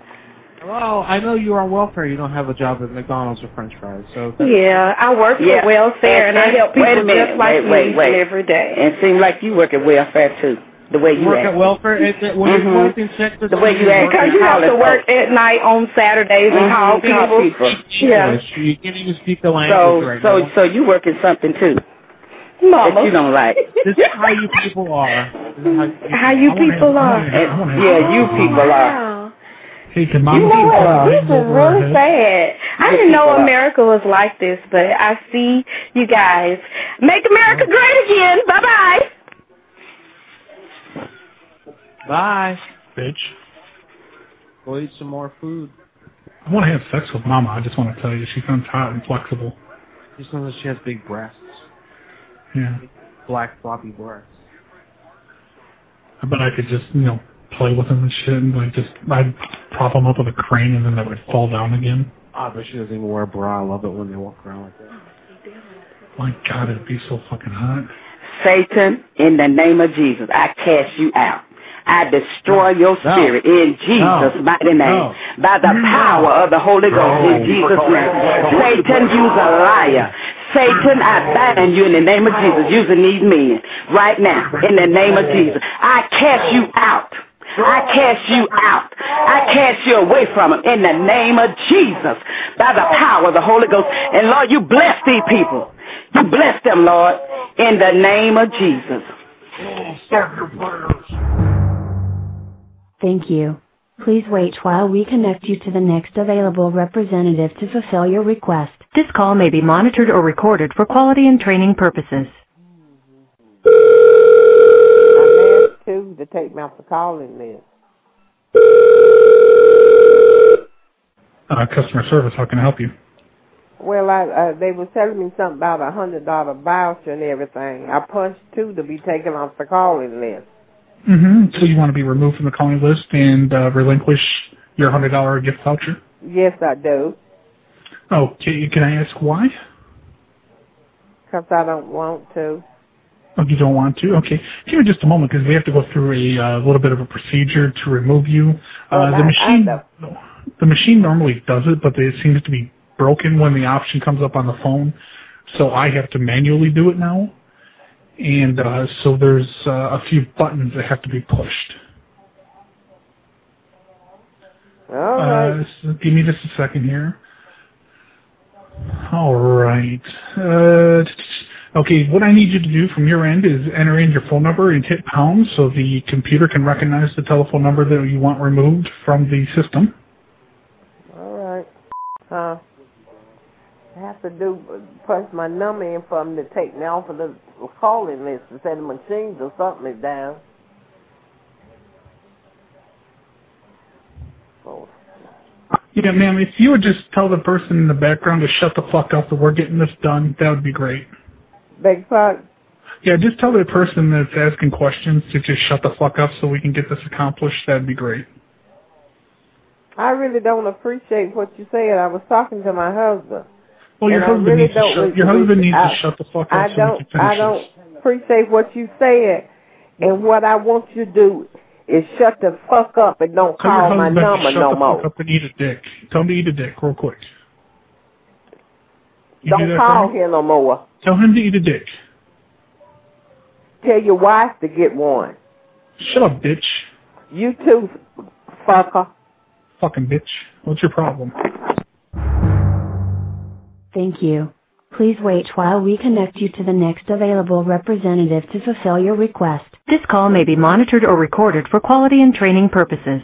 G: Well, I know you're on welfare. You don't have a job at McDonald's or French fries, so that's-
F: Yeah, I work
E: Yeah.
F: for welfare and, I help people
E: wait a minute,
F: just like
E: wait, wait,
F: me
E: wait.
F: every day.
E: And it seems like you work at welfare too. The way you
G: work
E: act.
G: at welfare. Is that when
E: Mhm.
G: you work in Texas,
E: The way you act. Mm-hmm.
F: Because you have to work at night on Saturdays
G: Mm-hmm.
F: and call people. Yeah.
G: You can't even speak the language
E: So,
G: right
E: so,
G: now.
E: so you work at something too that you don't like.
G: This is how you people are. This is how you
F: How you people are.
E: yeah, you people are.
B: Hey, can
F: You
B: Mama
F: know
B: put a
F: what? This
B: label
F: is
B: over our
F: really
B: head?
F: sad. I
E: You
F: didn't know
E: people are.
F: America was like this, but I see you guys. Make America great again. Bye-bye.
G: Bye.
B: Bitch.
G: Go eat some more food.
B: I want to have sex with Mama. I just want to tell you, she sounds hot and flexible.
G: Just know that she has big breasts.
B: Yeah.
G: Black floppy breasts.
B: I bet I could just, you know, play with them and shit, and like just I'd prop them up with a crane, and then they would fall down again.
G: Ah, but she doesn't even wear a bra. I love it when they walk around like that.
B: My God, it'd be so fucking hot.
E: Satan, in the name of Jesus, I cast you out. I destroy your spirit in Jesus' mighty name. By the power of the Holy Ghost in Jesus' name. Satan, you's a liar. Satan, I bind you in the name of Jesus using these men right now in the name of Jesus. I cast you out. I cast you out. I cast you away from him in the name of Jesus by the power of the Holy Ghost. And Lord, you bless these people. You bless them, Lord, in the name of Jesus.
D: Thank you. Please wait while we connect you to the next available representative to fulfill your request. This call may be monitored or recorded for quality and training purposes.
E: I'm asked too to take my calling list.
B: Uh, customer service, how can I help you?
E: Well, I, uh, they were telling me something about a hundred dollar voucher and everything. I punched two to be taken off the calling list.
B: Mm-hmm. So you want to be removed from the calling list and uh, relinquish your hundred dollar gift voucher?
E: Yes, I do,
B: Oh, can, can I ask why?
E: cause I don't want to.
B: Oh, you don't want to? Okay. Give me just a moment because we have to go through a uh, little bit of a procedure to remove you. Uh, the machine, the machine normally does it, but it seems to be broken when the option comes up on the phone. So I have to manually do it now. And uh, so there's uh, a few buttons that have to be pushed.
E: All
B: Uh, so give me just a second here. All right. Uh, okay, what I need you to do from your end is enter in your phone number and hit pound so the computer can recognize the telephone number that you want removed from the system.
E: All right. Huh? I have to do punch my number in for them to take me off of the calling list and say the machines or something is down. Oh,
B: Yeah, ma'am, if you would just tell the person in the background to shut the fuck up that we're getting this done, that would be great.
E: big fuck.
B: Yeah, just tell the person that's asking questions to just shut the fuck up so we can get this accomplished. That'd be great.
E: I really don't appreciate what you said. I was talking to my husband.
B: Well, your
E: And I
B: husband
E: really
B: needs to
E: don't
B: shut, your
E: re-
B: husband
E: re-
B: needs
E: I-
B: to shut the fuck up
E: I
B: so we
E: don't
B: can finish
E: I
B: this.
E: don't appreciate what you said. And what I want you to do is shut the fuck up and don't
B: Tell your
E: call my
B: husband to
E: number
B: shut
E: no
B: the
E: more.
B: fuck up and eat a dick. Tell him to eat a dick real quick. You do
E: Don't
B: that
E: call
B: for me?
E: here no more.
B: Tell him to eat a dick.
E: Tell your wife to get one.
B: Shut up, bitch.
E: You too, fucker.
B: Fucking bitch. What's your problem?
D: Thank you. Please wait while we connect you to the next available representative to fulfill your request. This call may be monitored or recorded for quality and training purposes.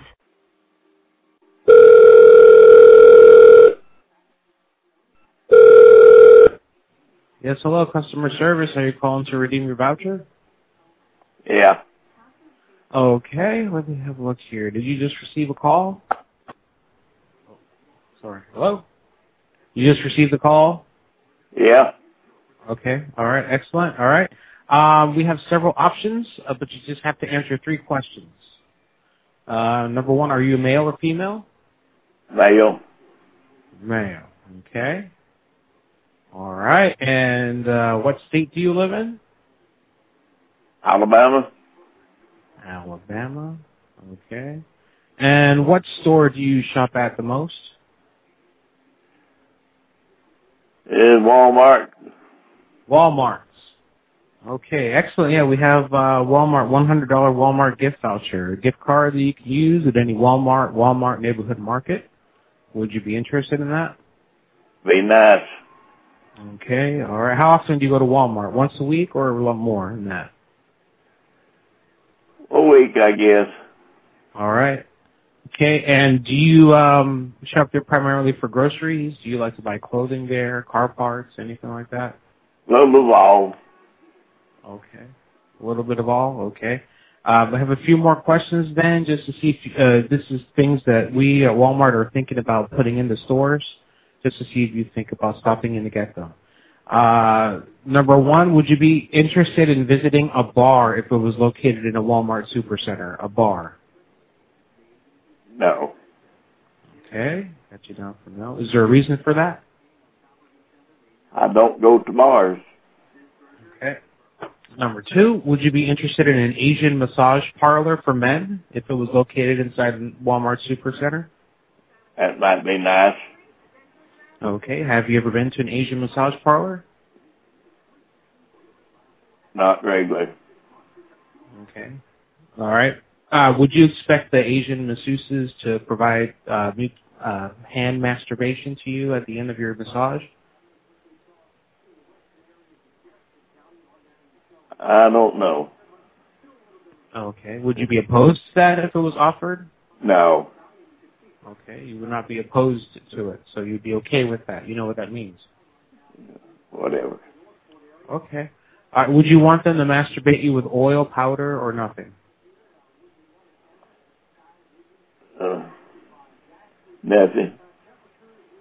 G: Yes, hello, customer service. Are you calling to redeem your voucher?
H: Yeah.
G: Okay, let me have a look here. Did you just receive a call? Sorry. Hello? You just received the call?
H: Yeah.
G: Okay. All right. Excellent. All right. Um, we have several options, uh, but you just have to answer three questions. Uh, number one, are you male or female?
H: Male.
G: Male. Okay. All right. And uh, what state do you live in?
H: Alabama.
G: Alabama. Okay. And what store do you shop at the most?
H: Is Walmart.
G: Walmart. Okay, excellent. Yeah, we have uh, Walmart $100 Walmart gift voucher, a gift card that you can use at any Walmart, Walmart neighborhood market. Would you be interested in that?
H: Be nice.
G: Okay, all right. How often do you go to Walmart? Once a week or a lot more than that?
H: A week, I guess.
G: All right. Okay, and do you um, shop there primarily for groceries? Do you like to buy clothing there, car parts, anything like that?
H: Little of all.
G: Okay. A little bit of all. Okay. Um, I have a few more questions then, just to see if uh, this is things that we at Walmart are thinking about putting into stores, just to see if you think about stopping in to get them. Uh, number one, would you be interested in visiting a bar if it was located in a Walmart supercenter? A bar.
H: No.
G: Okay. Got you down for no. Is there a reason for that?
H: I don't go to bars.
G: Number two, would you be interested in an Asian massage parlor for men if it was located inside Walmart Supercenter?
H: That might be nice.
G: Okay. Have you ever been to an Asian massage parlor?
H: Not regularly.
G: Okay. All right. Uh, would you expect the Asian masseuses to provide uh, mu- uh, hand masturbation to you at the end of your massage?
H: I don't know.
G: Okay. Would you be opposed to that if it was offered?
H: No.
G: Okay. You would not be opposed to it, so you'd be okay with that. You know what that means.
H: Whatever.
G: Okay. All right, would you want them to masturbate you with oil, powder, or nothing?
H: Uh, nothing.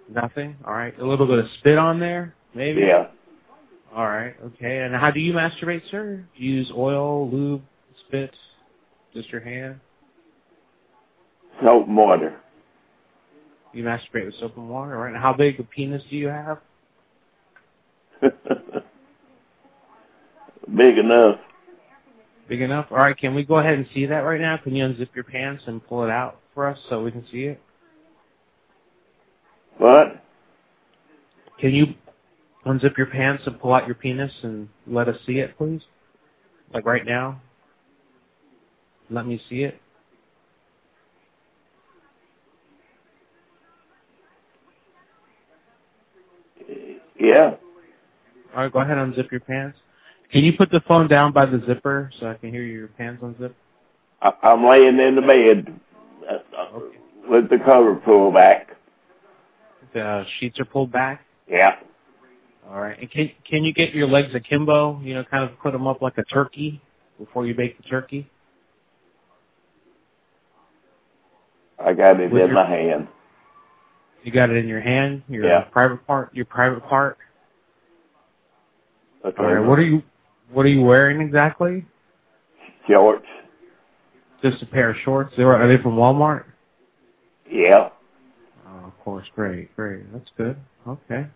G: Nothing. All right. A little bit of spit on there, maybe.
H: Yeah.
G: All right. Okay. And how do you masturbate, sir? Do you use oil, lube, spit, just your hand?
H: Soap and water.
G: You masturbate with soap and water, all right? And how big a penis do you have?
H: Big enough.
G: Big enough. All right. Can we go ahead and see that right now? Can you unzip your pants and pull it out for us so we can see it?
H: What?
G: Can you unzip your pants and pull out your penis and let us see it, please? Like right now? Let me see it.
H: Yeah.
G: All right, go ahead and unzip your pants. Can you put the phone down by the zipper so I can hear your pants unzip?
H: I, I'm laying in the bed uh, uh, with the cover pulled back.
G: The sheets are pulled back.
H: Yeah.
G: All right. And can can you get your legs akimbo? You know, kind of put them up like a turkey before you bake the turkey.
H: I got it
G: With
H: in
G: your-
H: my hand.
G: You got it in your hand, your
H: Yeah.
G: private part, your private part.
H: Okay.
G: All right. What are you What are you wearing exactly?
H: Shorts.
G: Just a pair of shorts. They were, are they from Walmart?
H: Yeah.
G: Oh, of course. Great, great. That's good. Okay.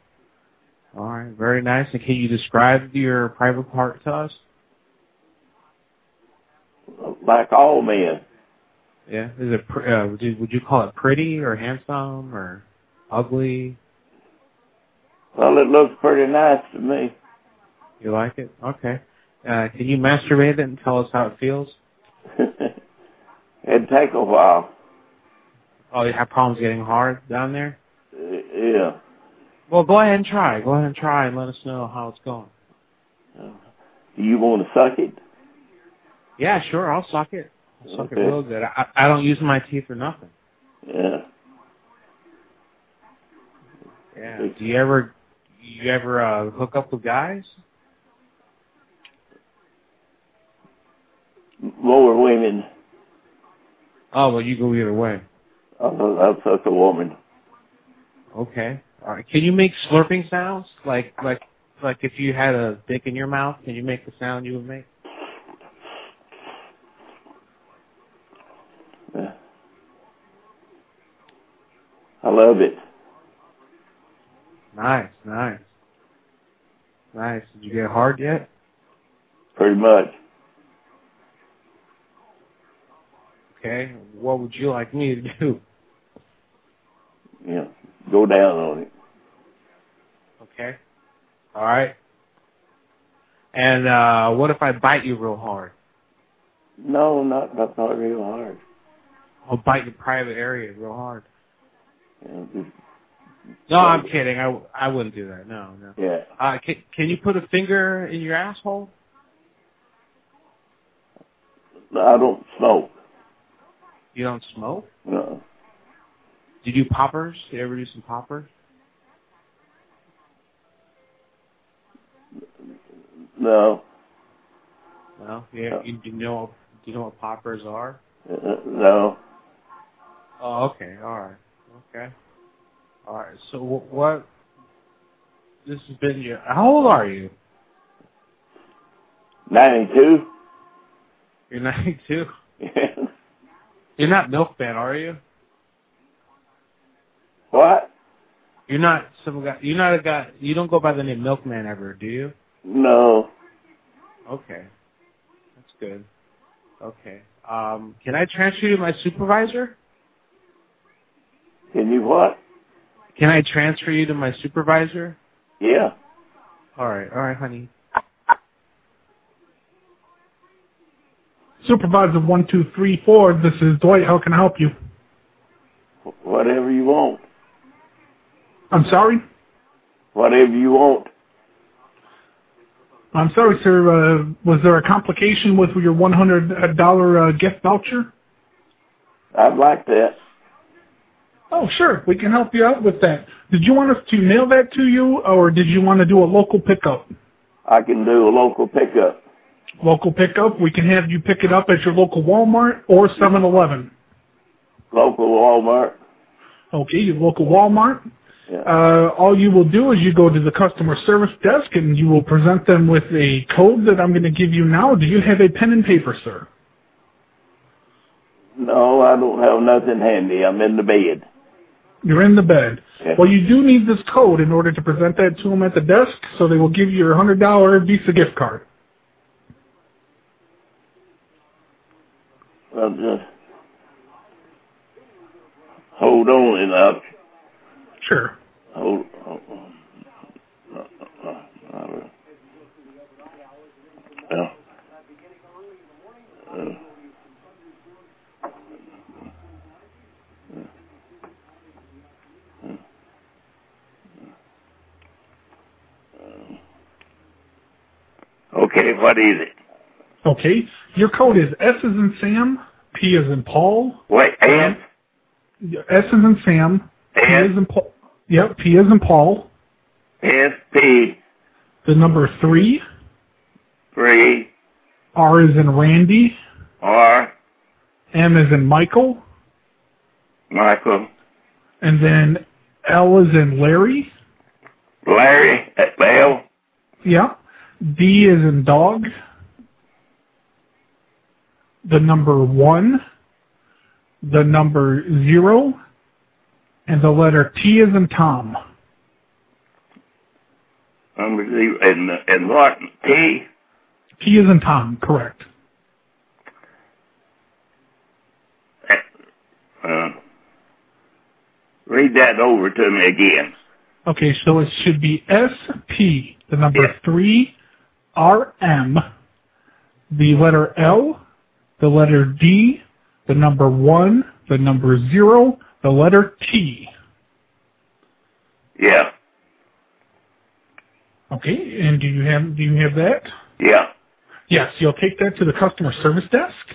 G: All right. Very nice. And can you describe your private part to us?
H: Like all men.
G: Yeah. Is it pr- uh, would you- would you call it pretty or handsome or ugly?
H: Well, it looks pretty nice to me.
G: You like it? Okay. Uh, can you masturbate it and tell us how it feels?
H: It'd take a while.
G: Oh, you have problems getting hard down there?
H: Uh, Yeah.
G: Well, go ahead and try. Go ahead and try and let us know how it's going.
H: Do you want to suck it?
G: Yeah, sure. I'll suck it. I'll suck it real good. I, I don't use my teeth for nothing.
A: Yeah.
G: Yeah. Do you ever, you ever uh, hook up with guys?
A: Lower women.
G: Oh well, you go either way.
A: I'm a, I'm such a woman.
G: Okay. All right. Can you make slurping sounds? Like like like if you had a dick in your mouth, can you make the sound you would make?
A: I love it.
G: Nice, nice, nice. Did you get hard yet?
A: Pretty much.
G: Okay. What would you like me to do?
A: Yeah. Go down on it.
G: Okay. All right. And uh, what if I bite you real hard?
A: No, not not, not real hard.
G: I'll bite your private area real hard.
A: Yeah, just-
G: No, I'm kidding. I, w- I wouldn't do that. No, no.
A: yeah.
G: Uh, can, can you put a finger in your asshole?
A: I don't smoke.
G: You don't smoke?
A: No.
G: Do you do poppers? Do you ever do some poppers?
A: No.
G: No. Yeah. You, do you know do you know what poppers are?
A: Uh, no.
G: Oh, okay. All right. Okay. All right. So wh- what? This has been your. How old are you?
A: 92?
G: You're 92.
A: Yeah.
G: You're not Milkman, are you?
A: What?
G: You're not some guy. You're not a guy. You don't go by the name Milkman ever, do you?
A: No.
G: Okay. That's good. Okay. Um, can I transfer you to my supervisor?
A: Can you what?
G: Can I transfer you to my supervisor?
A: Yeah.
G: All right. All right, honey.
B: Supervisor one two three four. This is Dwight. How can I help you?
A: Whatever you want.
B: I'm sorry.
A: Whatever you want.
B: I'm sorry, sir. Uh, was there a complication with your one hundred dollar uh, gift voucher?
A: I'd like that.
B: Oh, sure. We can help you out with that. Did you want us to mail that to you, or did you want to do a local pickup?
A: I can do a local pickup.
B: Local pickup. We can have you pick it up at your local Walmart or Seven Eleven.
A: Local Walmart.
B: Okay, your local Walmart.
A: Yeah.
B: Uh, all you will do is you go to the customer service desk and you will present them with a code that I'm going to give you now. Do you have a pen and paper, sir?
A: No, I don't have nothing handy. I'm in the bed.
B: You're in the bed.
A: Yeah.
B: Well, you do need this code in order to present that to them at the desk, so they will give you your $100 Visa gift card.
A: I'm just hold on and I'll
B: Sure.
A: hold. hold on. Uh, uh, Okay, what is it?
B: Okay. Your code is S is in Sam, P is in Paul,
A: Wait, and
B: S is in Sam, P is in Paul. Yep, P is in Paul.
A: SP
B: The number three,
A: three
B: R is in Randy,
A: R
B: M is in Michael,
A: Michael
B: and then L is in Larry.
A: Larry L
B: Yep. D is in dog. The number one, the number zero, and the letter T is in Tom.
A: number zero and and what T
B: T is in Tom, correct.
A: uh, read that over to me again.
B: Okay, so it should be SP, the number three, RM, the letter L, the letter D, the number one, the number zero, the letter T.
A: Yeah,
B: Okay, and do you have do you have that?
A: yeah.
B: Yes, you'll take that to the customer service desk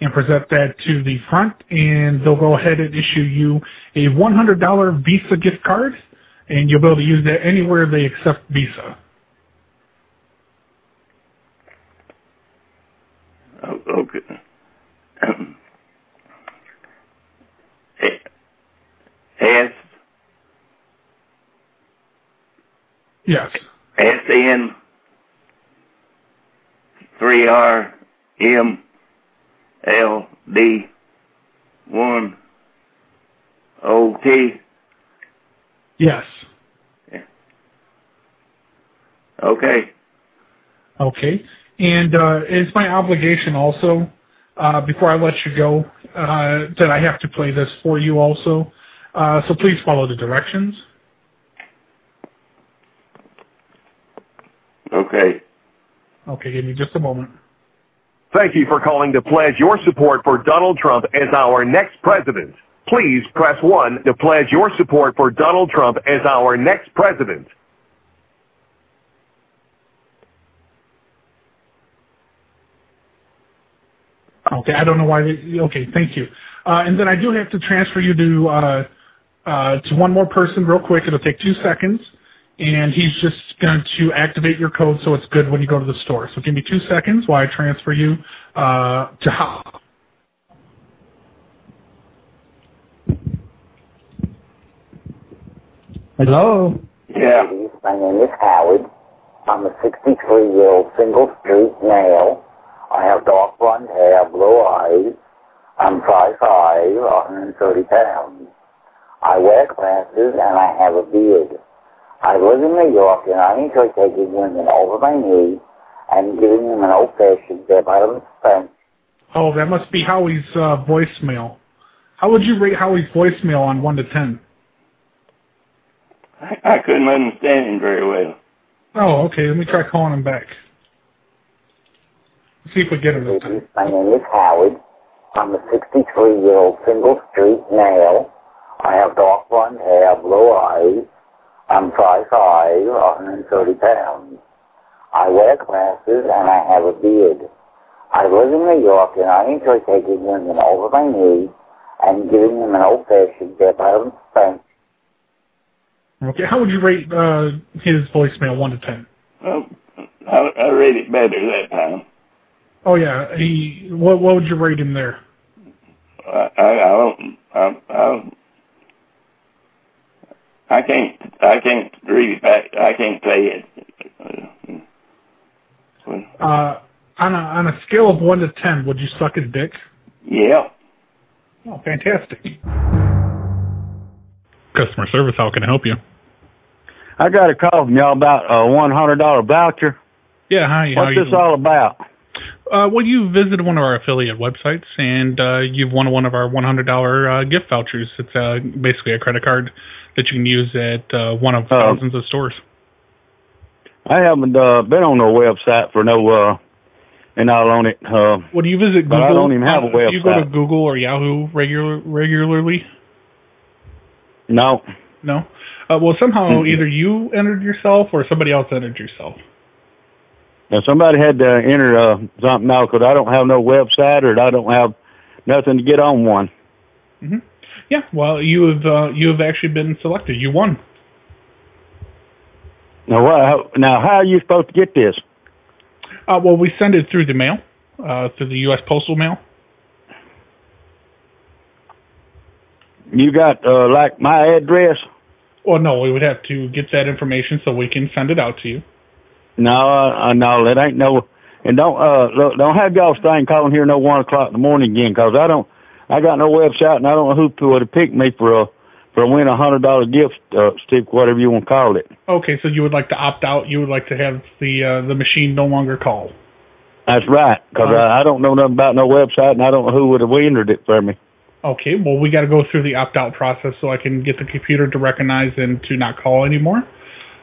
B: and present that to the front, and they'll go ahead and issue you a $100 Visa gift card, and you'll be able to use that anywhere they accept Visa.
A: O- Okay. S
B: Yes.
A: S N three R M L D one O T.
B: Yes.
A: Okay.
B: Okay. And uh, it's my obligation also, uh, before I let you go, uh, that I have to play this for you also. Uh, so please follow the directions.
A: Okay.
B: Okay, give me just a moment.
L: Thank you for calling to pledge your support for Donald Trump as our next president. Please press 1 to pledge your support for Donald Trump as our next president.
B: Okay, I don't know why. They, okay, thank you. Uh, and then I do have to transfer you to uh, uh, to one more person real quick. It'll take two seconds, and he's just going to activate your code so it's good when you go to the store. So give me two seconds while I transfer you uh, to Hop.
I: Hello?
A: Yeah.
M: My name is Howard. I'm a 63-year-old single street male. I have dark blonde hair, blue eyes. I'm 5'5", 130 pounds. I wear glasses and I have a beard. I live in New York and I enjoy taking women over my knee and giving them an old-fashioned bare bottom spank.
B: Oh, that must be Howie's uh, voicemail. How would you rate Howie's voicemail on one to ten?
A: I, I couldn't understand him very well.
B: Oh, okay. Let me try calling him back. See if we get him this time.
M: My name is Howard. I'm a 63-year-old single street male. I have dark blonde hair, blue eyes. I'm 5'5", 130 pounds. I wear glasses and I have a beard. I live in New York and I enjoy taking women over my knee and giving them an old-fashioned bare bottom spank.
B: Okay, how would you rate uh, his voicemail one to ten?
A: Well, I, I read it better that time.
B: Oh yeah, he. What what would you rate him there?
A: I, I, I don't. I, I, I can't. I can't read it back. I can't say it.
B: Uh, on a on a scale of one to ten, would you suck his dick?
A: Yeah.
B: Oh, fantastic.
N: Customer service, how can I help you?
O: I got a call from y'all about a one hundred dollar voucher.
N: Yeah, hi. how
O: What's
N: you
O: this all about?
N: Uh, well, you visited one of our affiliate websites and uh, you've won one of our $100 uh, gift vouchers. It's uh, basically a credit card that you can use at uh, one
O: Oh.
N: of thousands of stores.
O: I haven't uh, been on no website for no uh, and not on it. Uh,
N: Well, do you visit Google?
O: But I don't even have a
N: Uh, Do you go to
O: website.
N: Google or Yahoo regular regularly?
O: no,
N: No. Uh, well, somehow
O: Mhm.
N: either you entered yourself or somebody else entered yourself.
O: now somebody had to enter uh, something now because I don't have no website or I don't have nothing to get on one.
N: Yeah. Well, you have uh, you have actually been selected. You won.
O: Now what? How, now how are you supposed to get this?
N: Uh, well, we send it through the mail, uh, through the U.S. postal mail.
O: You got uh, like my address?
N: Well, no, we would have to get that information so we can send it out to you.
O: No, uh, no, that ain't no. And don't uh look, don't have y'all staying calling here no one o'clock in the morning again 'cause I don't. I got no website and I don't know who would have picked me for a for a win a hundred dollar gift uh, stick, whatever you want to call it.
N: Okay, so you would like to opt out. You would like to have the uh, the machine no longer call.
O: That's right, 'cause I, I don't know nothing about no website and I don't know who would have entered it for me.
N: Okay, well, we got to go through the opt out process so I can get the computer to recognize and to not call anymore.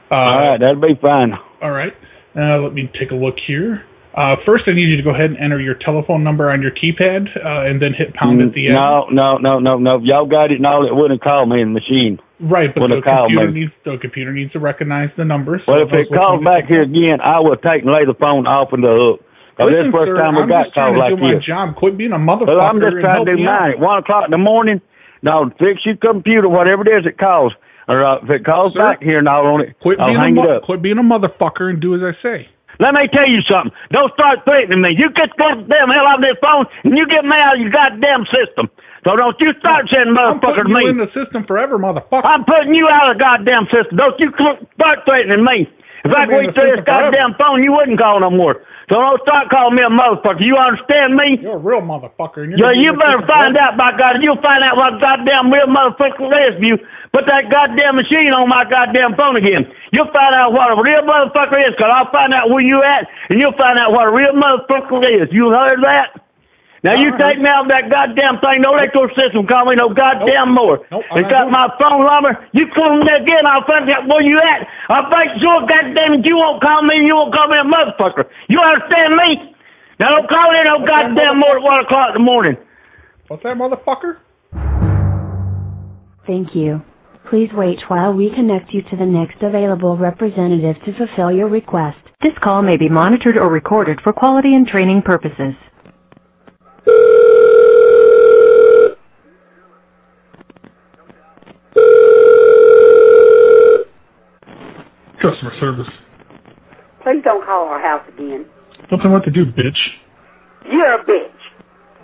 N: Uh,
O: All right, that'd be fine.
N: All right. Uh, let me take a look here. Uh, first, I need you to go ahead and enter your telephone number on your keypad, uh, and then hit pound at the end.
O: No, no, no, no, no. Y'all got it and all. It wouldn't call me in the machine.
N: Right, but the
O: Wouldn't call
N: computer
O: me.
N: needs the computer needs to recognize the numbers.
O: Well, if it calls back here again, I will take and lay the phone off in the hook
P: Now, this
B: Listen,
P: first
B: sir,
P: time we
B: I'm
P: got
B: just trying
P: calls
B: to
P: like
B: do my
P: this.
B: job. Quit being a motherfucker.
P: Well, I'm just
B: and
P: trying
B: help
P: to do
B: me out.
P: mine at one o'clock in the morning. Now fix your computer, whatever it is it calls, or uh, if it calls
B: Sir,
P: back here and I'll on it,
B: Quit
P: I'll
B: being, a
P: hang it
B: mo-
P: up.
B: quit being a motherfucker and do as I say.
P: Let me tell you something. Don't start threatening me. You get goddamn hell out of this phone and you get me out of your goddamn system. So don't you start saying motherfucker to
B: putting
P: me.
B: you in the system forever, motherfucker.
P: I'm putting you out of the goddamn system. Don't you come- start threatening me. If I
B: I've been in the
P: could wait through this
B: system forever.
P: goddamn phone, you wouldn't call no more. So don't start calling me a motherfucker. You understand me?
B: You're a real motherfucker. And
P: Yeah,
B: you're
P: you better find out, by God. You'll find out what goddamn real motherfucking is. You put that goddamn machine on my goddamn phone again. You'll find out what a real motherfucker is, because I'll find out where you at, and you'll find out what a real motherfucker is. You heard that? Now you take me out of that goddamn thing. Don't let your system call me no goddamn more.
B: I'm
P: It's
B: not
P: got
B: doing
P: my phone number. You come in again, I'll find out where you at. I'll make sure goddamn you won't call me and you won't call me a motherfucker. You understand me? Now don't call me no goddamn more at one o'clock in the morning.
B: What's that, motherfucker?
D: Thank you. Please wait while we connect you to the next available representative to fulfill your request. This call may be monitored or recorded for quality and training purposes.
B: Customer service.
E: Please don't call our house again.
B: Don't know what to do, bitch.
E: You're a bitch.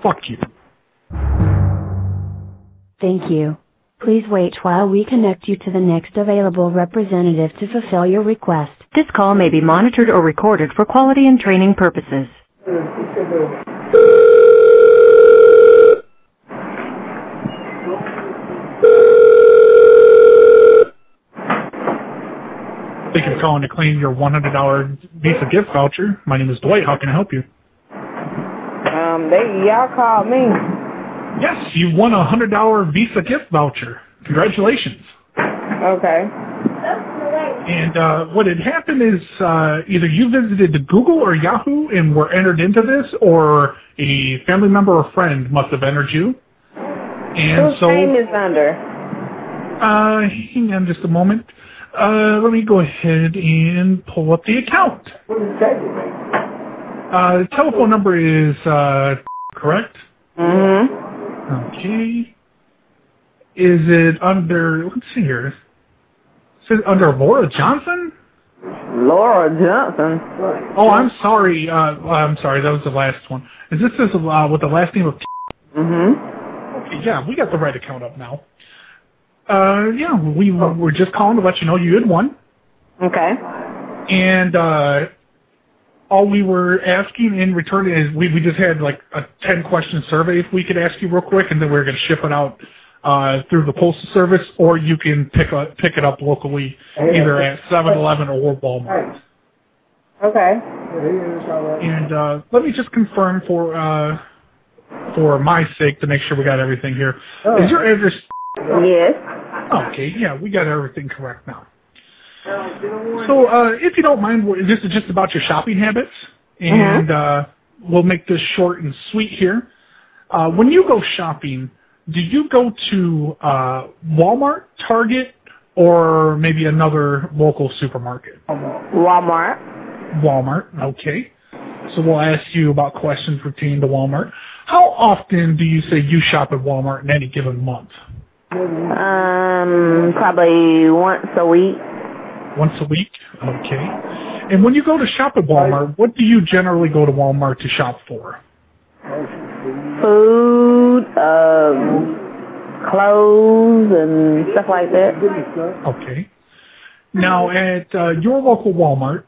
B: Fuck you.
D: Thank you. Please wait while we connect you to the next available representative to fulfill your request. This call may be monitored or recorded for quality and training purposes.
B: Thank you for calling to claim your $100 Visa gift voucher. My name is Dwight. How can I help you?
E: Um, they y'all called me.
B: Yes, you won a $100 Visa gift voucher. Congratulations.
E: Okay.
B: And uh, what had happened is uh, either you visited the Google or Yahoo and were entered into this, or a family member or friend must have entered you. And
E: Whose
B: so,
E: name is under?
B: uh, hang on just a moment. Uh, let me go ahead and pull up the account. Uh, the telephone number is uh, correct. Mm-hmm. Okay. Is it under? Let's see here. Is it under Laura Johnson?
E: Laura Johnson.
B: Oh, I'm sorry. Uh, I'm sorry. That was the last one. Is this is uh, with the last name of? Mm-hmm. Okay, yeah, we got the right account up now. Uh, yeah, we were just calling to let you know you had won.
E: Okay.
B: And uh, all we were asking in return is we, we just had like a ten question survey if we could ask you real quick, and then we are going to ship it out uh, through the postal service, or you can pick a, pick it up locally, either at Seven Eleven or Walmart.
E: Okay.
B: And uh, let me just confirm for uh, for my sake to make sure we got everything here. Is your address?
E: Yes.
B: Okay, yeah, we got everything correct now. So uh, if you don't mind, we're- this is just about your shopping habits, and uh, we'll make this short and sweet here. Uh, when you go shopping, do you go to uh, Walmart, Target, or maybe another local supermarket?
E: Walmart.
B: Walmart, okay. So we'll ask you about questions pertaining to Walmart. How often do you say you shop at Walmart in any given month?
E: Um, probably once a week.
B: Once a week? Okay. And when you go to shop at Walmart, what do you generally go to Walmart to shop for?
E: Food, um, clothes, and stuff like that.
B: Okay. Now, at uh, your local Walmart,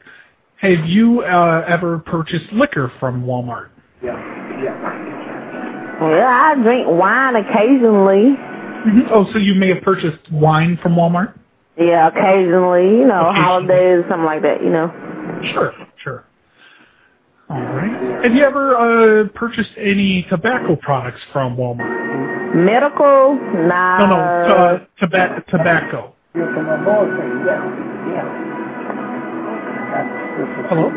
B: have you uh, ever purchased liquor from Walmart?
E: Well, I drink wine occasionally.
B: Mhm. Oh, so you may have purchased wine from Walmart?
E: Yeah, occasionally, you know, holidays, something like that, you know.
B: Sure, sure. All right. Have you ever uh, purchased any tobacco products from Walmart?
E: Medical, nah.
B: No, no, uh, tobacco. tobacco. Hello?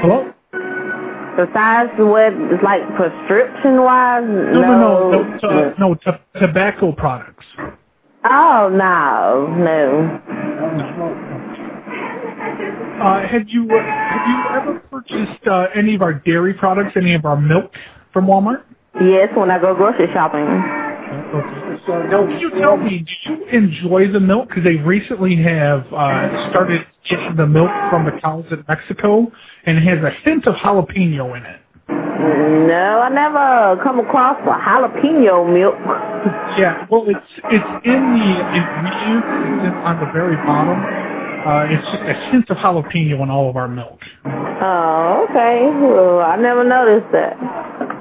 B: Hello?
E: Besides what, it's like prescription-wise,
B: No,
E: no.
B: no, no, no, uh, no t- tobacco products.
E: Oh, no, no.
B: Uh, had you uh, have you ever purchased uh, any of our dairy products, any of our milk from Walmart?
F: Yes, when I go grocery shopping.
B: So now, can you tell me, did you enjoy the milk? Because they recently have uh, started getting the milk from the cows in Mexico, and it has a hint of jalapeno in it.
F: No, I never come across a jalapeno milk.
B: Yeah, well, it's it's in the ingredients it's in, on the very bottom. Uh, it's just a hint of jalapeno in all of our milk.
F: Oh, okay. Well, I never noticed that.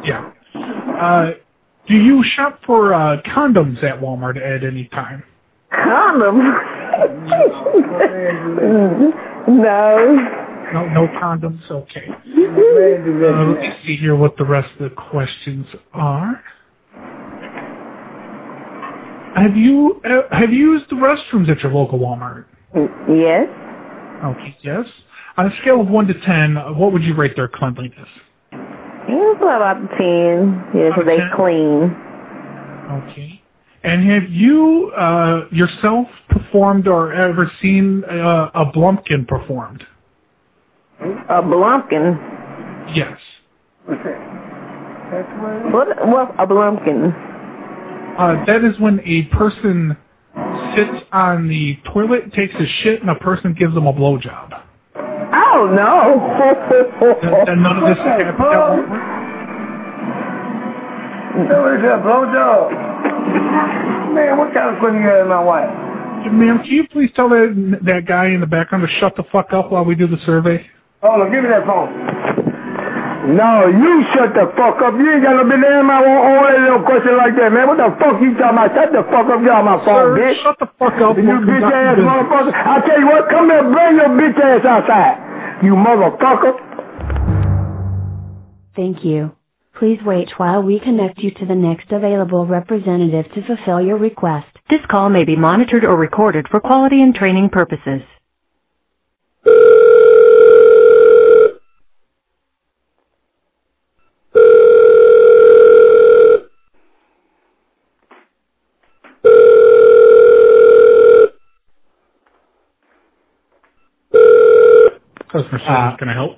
B: Yeah. Uh, do you shop for uh, condoms at Walmart at any time?
F: Condoms? no.
B: No, no condoms. Okay. Uh, let me see here what the rest of the questions are. Have you uh, have you used the restrooms at your local Walmart?
F: Yes.
B: Okay. Yes. On a scale of one to ten, uh, what would you rate their cleanliness?
F: It's about 10. Yes, they clean.
B: Okay. And have you uh, yourself performed or ever seen uh, a blumpkin performed?
F: A blumpkin?
B: Yes.
F: What, what's a blumpkin?
B: Uh, that is when a person sits on the toilet, takes a shit, and a person gives them a blowjob.
F: Oh, no.
B: And, and none of this has happened at Walmart?
H: Where's that blowjob? Man, what kind of question you ask my wife?
B: Ma'am, can you please tell that, that guy in the background to shut the fuck up while we do the survey?
H: Hold on, give me that phone. No, you shut the fuck up. You ain't got no business. I won't all that little question like that, man. What the fuck you talking about? Shut the fuck up. Get on my phone, bitch.
B: Shut the fuck up.
H: You bitch ass motherfucker. I tell you what, come here, bring your bitch ass outside. You motherfucker.
D: Thank you. Please wait while we connect you to the next available representative to fulfill your request. This call may be monitored or recorded for quality and training purposes.
B: Customer service, can I help?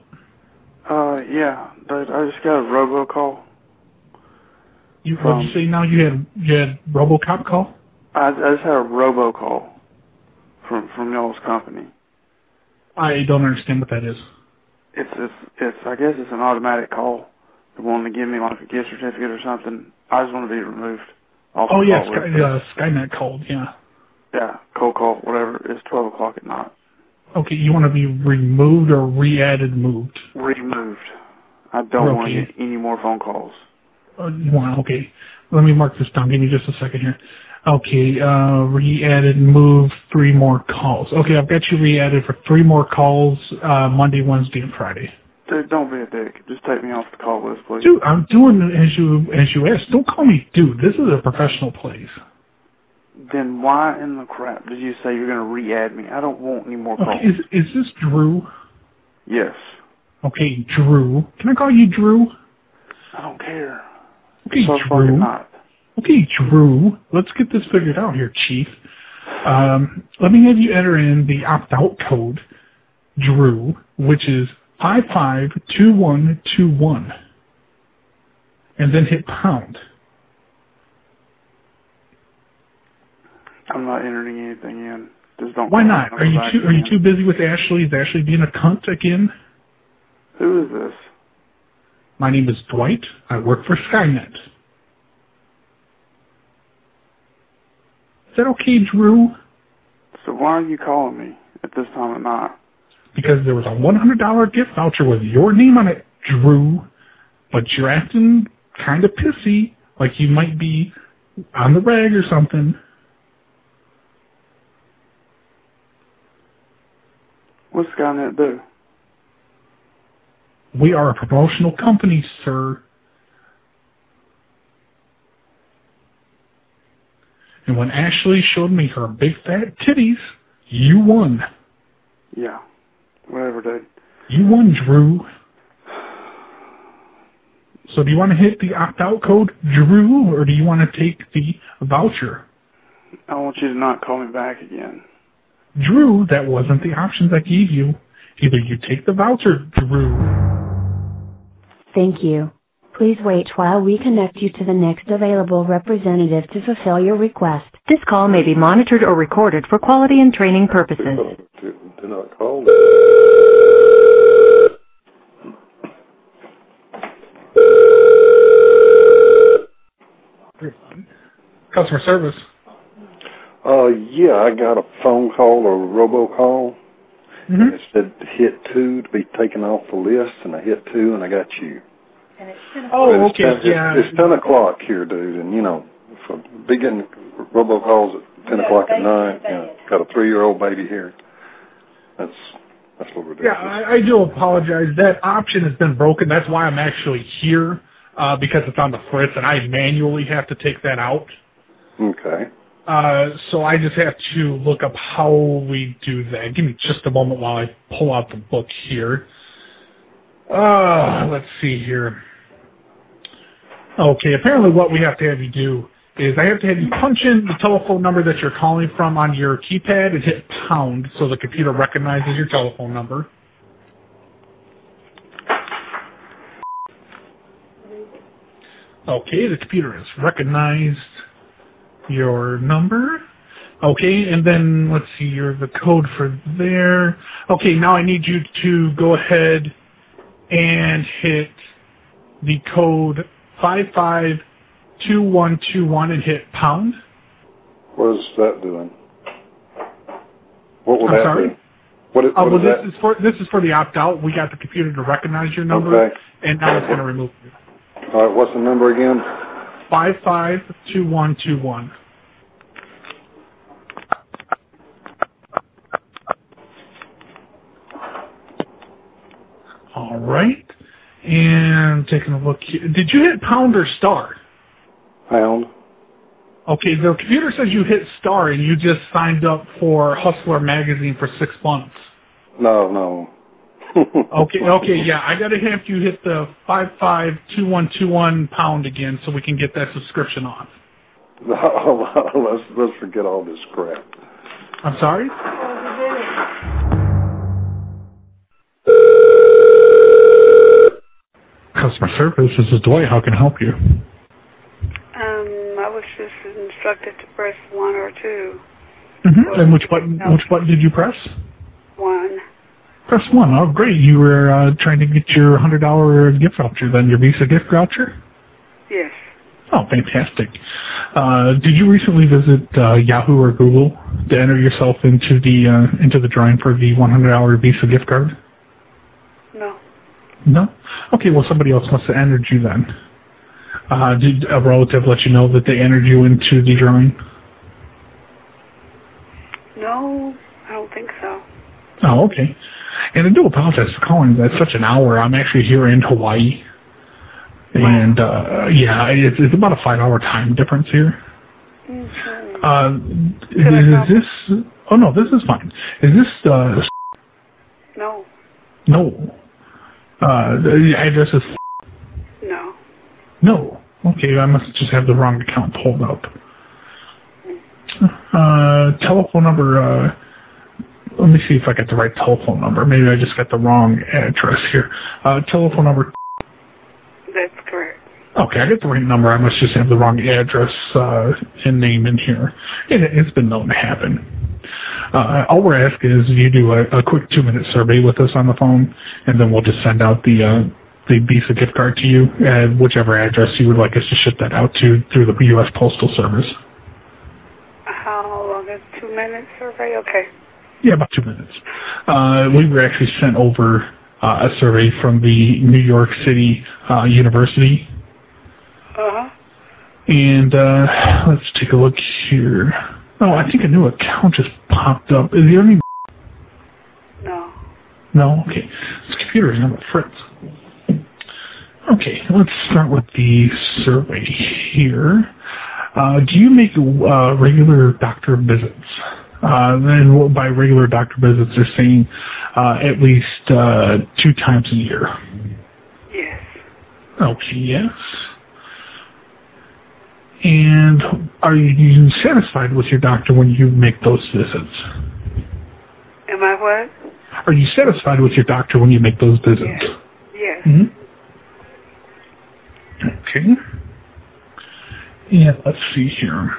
Q: Uh, yeah, but I just got a robocall.
B: You, what you say now? You had you had RoboCop call?
Q: I, I just had a robocall from from y'all's company.
B: I don't understand what that is.
Q: It's it's it's I guess it's an automatic call. They wanted to give me like a gift certificate or something. I just want to be removed. off
B: Oh
Q: the
B: yeah,
Q: call
B: Sky,
Q: list.
B: uh, Skynet called. Yeah.
Q: yeah, cold call, whatever. It's twelve o'clock at night.
B: Okay, you want to be removed or re-added moved?
Q: Removed. I don't want
B: Okay.
Q: to get any more phone calls.
B: Uh, you want? Okay, let me mark this down. Give me just a second here. Okay, uh, re-added, moved, three more calls. Okay, I've got you re-added for three more calls uh, Monday, Wednesday, and Friday.
Q: Dude, don't be a dick. Just take me off the call list, please.
B: Dude, I'm doing as you as you asked. Don't call me dude. This is a professional place.
Q: Then why in the crap did you say you're gonna re-add me? I don't want any more calls.
B: Okay, is is this Drew?
Q: Yes.
B: Okay, Drew. Can I call you Drew?
Q: I don't care.
B: Okay, Drew. Okay, Drew. Let's get this figured out here, Chief. Um, let me have you enter in the opt-out code, Drew, which is five five two one two one, and then hit pound.
Q: I'm not entering anything in. Just don't.
B: Why
Q: call
B: not?
Q: me
B: Are you
Q: back
B: too Are you
Q: again.
B: too busy with Ashley? Is Ashley being a cunt again?
Q: Who is this?
B: My name is Dwight. I work for Skynet. Is that okay, Drew?
Q: So why are you calling me at this time of night?
B: Because there was a $100 gift voucher with your name on it, Drew, but you're acting kind of pissy, like you might be on the rag or something.
Q: What's Skynet do?
B: We are a promotional company, sir. And when Ashley showed me her big fat titties, you won.
Q: Yeah. Whatever, dude.
B: You won, Drew. So do you want to hit the opt-out code, Drew, or do you want to take the voucher?
Q: I want you to not call me back again.
B: Drew, that wasn't the options I gave you. Either you take the voucher, Drew.
D: Thank you. Please wait while we connect you to the next available representative to fulfill your request. This call may be monitored or recorded for quality and training purposes.
R: Do not call.
B: Customer service.
R: Uh, yeah, I got a phone call or robocall.
B: Mm-hmm.
R: It said hit two to be taken off the list, and I hit two, and I got you. But
B: Oh,
R: it's
B: okay,
R: 10,
B: yeah.
R: It's, it's ten o'clock here, dude, and you know, for beginning robocalls at ten o'clock at night. You know, got a three-year-old baby here. That's that's what we're doing.
B: Yeah, I, I do apologize. That option has been broken. That's why I'm actually here, uh, because it's on the Fritz, and I manually have to take that out.
R: Okay.
B: Uh, so I just have to look up how we do that. Give me just a moment while I pull out the book here. Uh, let's see here. Okay, apparently what we have to have you do is I have to have you punch in the telephone number that you're calling from on your keypad and hit pound so the computer recognizes your telephone number. Okay, the computer has recognized your number. Okay, and then let's see your the code for there. Okay, now I need you to go ahead and hit the code five five two one two one and hit pound.
R: What is that doing? What would
B: I'm
R: that
B: sorry?
R: do? What is,
B: Uh,
R: what
B: well,
R: is
B: this
R: that?
B: is for this is for the opt out. We got the computer to recognize your number,
R: Okay.
B: and now it's going to remove
R: All right, what's the number again?
B: five five two one two one. All right, and taking a look. Here. Did you hit pound or star?
R: Pound.
B: Okay, the computer says you hit star, and you just signed up for Hustler magazine for six months.
R: No, no.
B: Okay, okay, yeah, I gotta have you hit the five five two one two one pound again, so we can get that subscription off.
R: No, let's let's forget all this crap.
B: I'm sorry. Customer service, this is Dwight. How can I help you?
S: Um, I was just instructed to press one or two.
B: And which button? Which button did you press?
S: One.
B: Press one. Oh, great! You were uh, trying to get your hundred dollar gift voucher, then your Visa gift voucher.
S: Yes.
B: Oh, fantastic! Uh, did you recently visit uh, Yahoo or Google to enter yourself into the uh, into the drawing for the one hundred dollar Visa gift card?
S: No.
B: No. Okay. Well, somebody else must have entered you then. Uh, did a relative let you know that they entered you into the drawing?
S: No, I don't think so.
B: Oh, okay. And I do apologize for calling at such an hour. I'm actually here in Hawaii. And, uh, yeah, it's, it's about a five-hour time difference here. Uh, is this... Oh, no, this is fine. Is this... Uh,
S: No.
B: no. Uh, the address is...
S: No.
B: No. Okay, I must just have the wrong account pulled up.
S: Mm.
B: Uh, telephone number, uh, let me see if I got the right telephone number. Maybe I just got the wrong address here. Uh, telephone number,
S: That's correct.
B: okay, I got the right number. I must just have the wrong address, uh, and name in here. It, it's been known to happen. Uh, all we're asking is you do a, a quick two-minute survey with us on the phone, and then we'll just send out the, uh, the Visa gift card to you at whichever address you would like us to ship that out to through the U.S. Postal Service.
S: How long is two minutes survey? Okay.
B: Yeah, about two minutes. Uh, we were actually sent over uh, a survey from the New York City uh, University.
S: Uh-huh.
B: And uh, let's take a look here. Oh, I think a new account just popped up. Is there any...
S: No.
B: No? Okay. This computer is on the fritz. Okay, let's start with the survey here. Uh, do you make uh, regular doctor visits? Uh, and what- by regular doctor visits, they're saying uh, at least uh, two times a year.
S: Yes.
B: Okay, yes. And are you satisfied with your doctor when you make those visits?
S: Am I what?
B: Are you satisfied with your doctor when you make those visits?
S: Yes.
B: Mhm. Okay. And let's see here.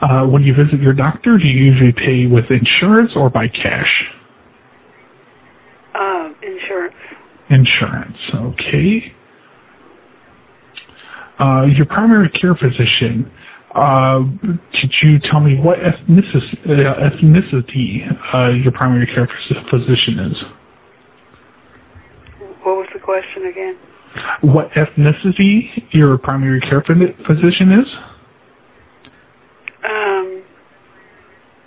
B: Uh, when you visit your doctor, do you usually pay with insurance or by cash?
S: Um, insurance.
B: Insurance, okay. Uh, your primary care physician, uh, could you tell me what ethnicity, uh, ethnicity uh, your primary care phys- physician is?
S: What was the question again?
B: What ethnicity your primary care phy- physician is?
S: Um,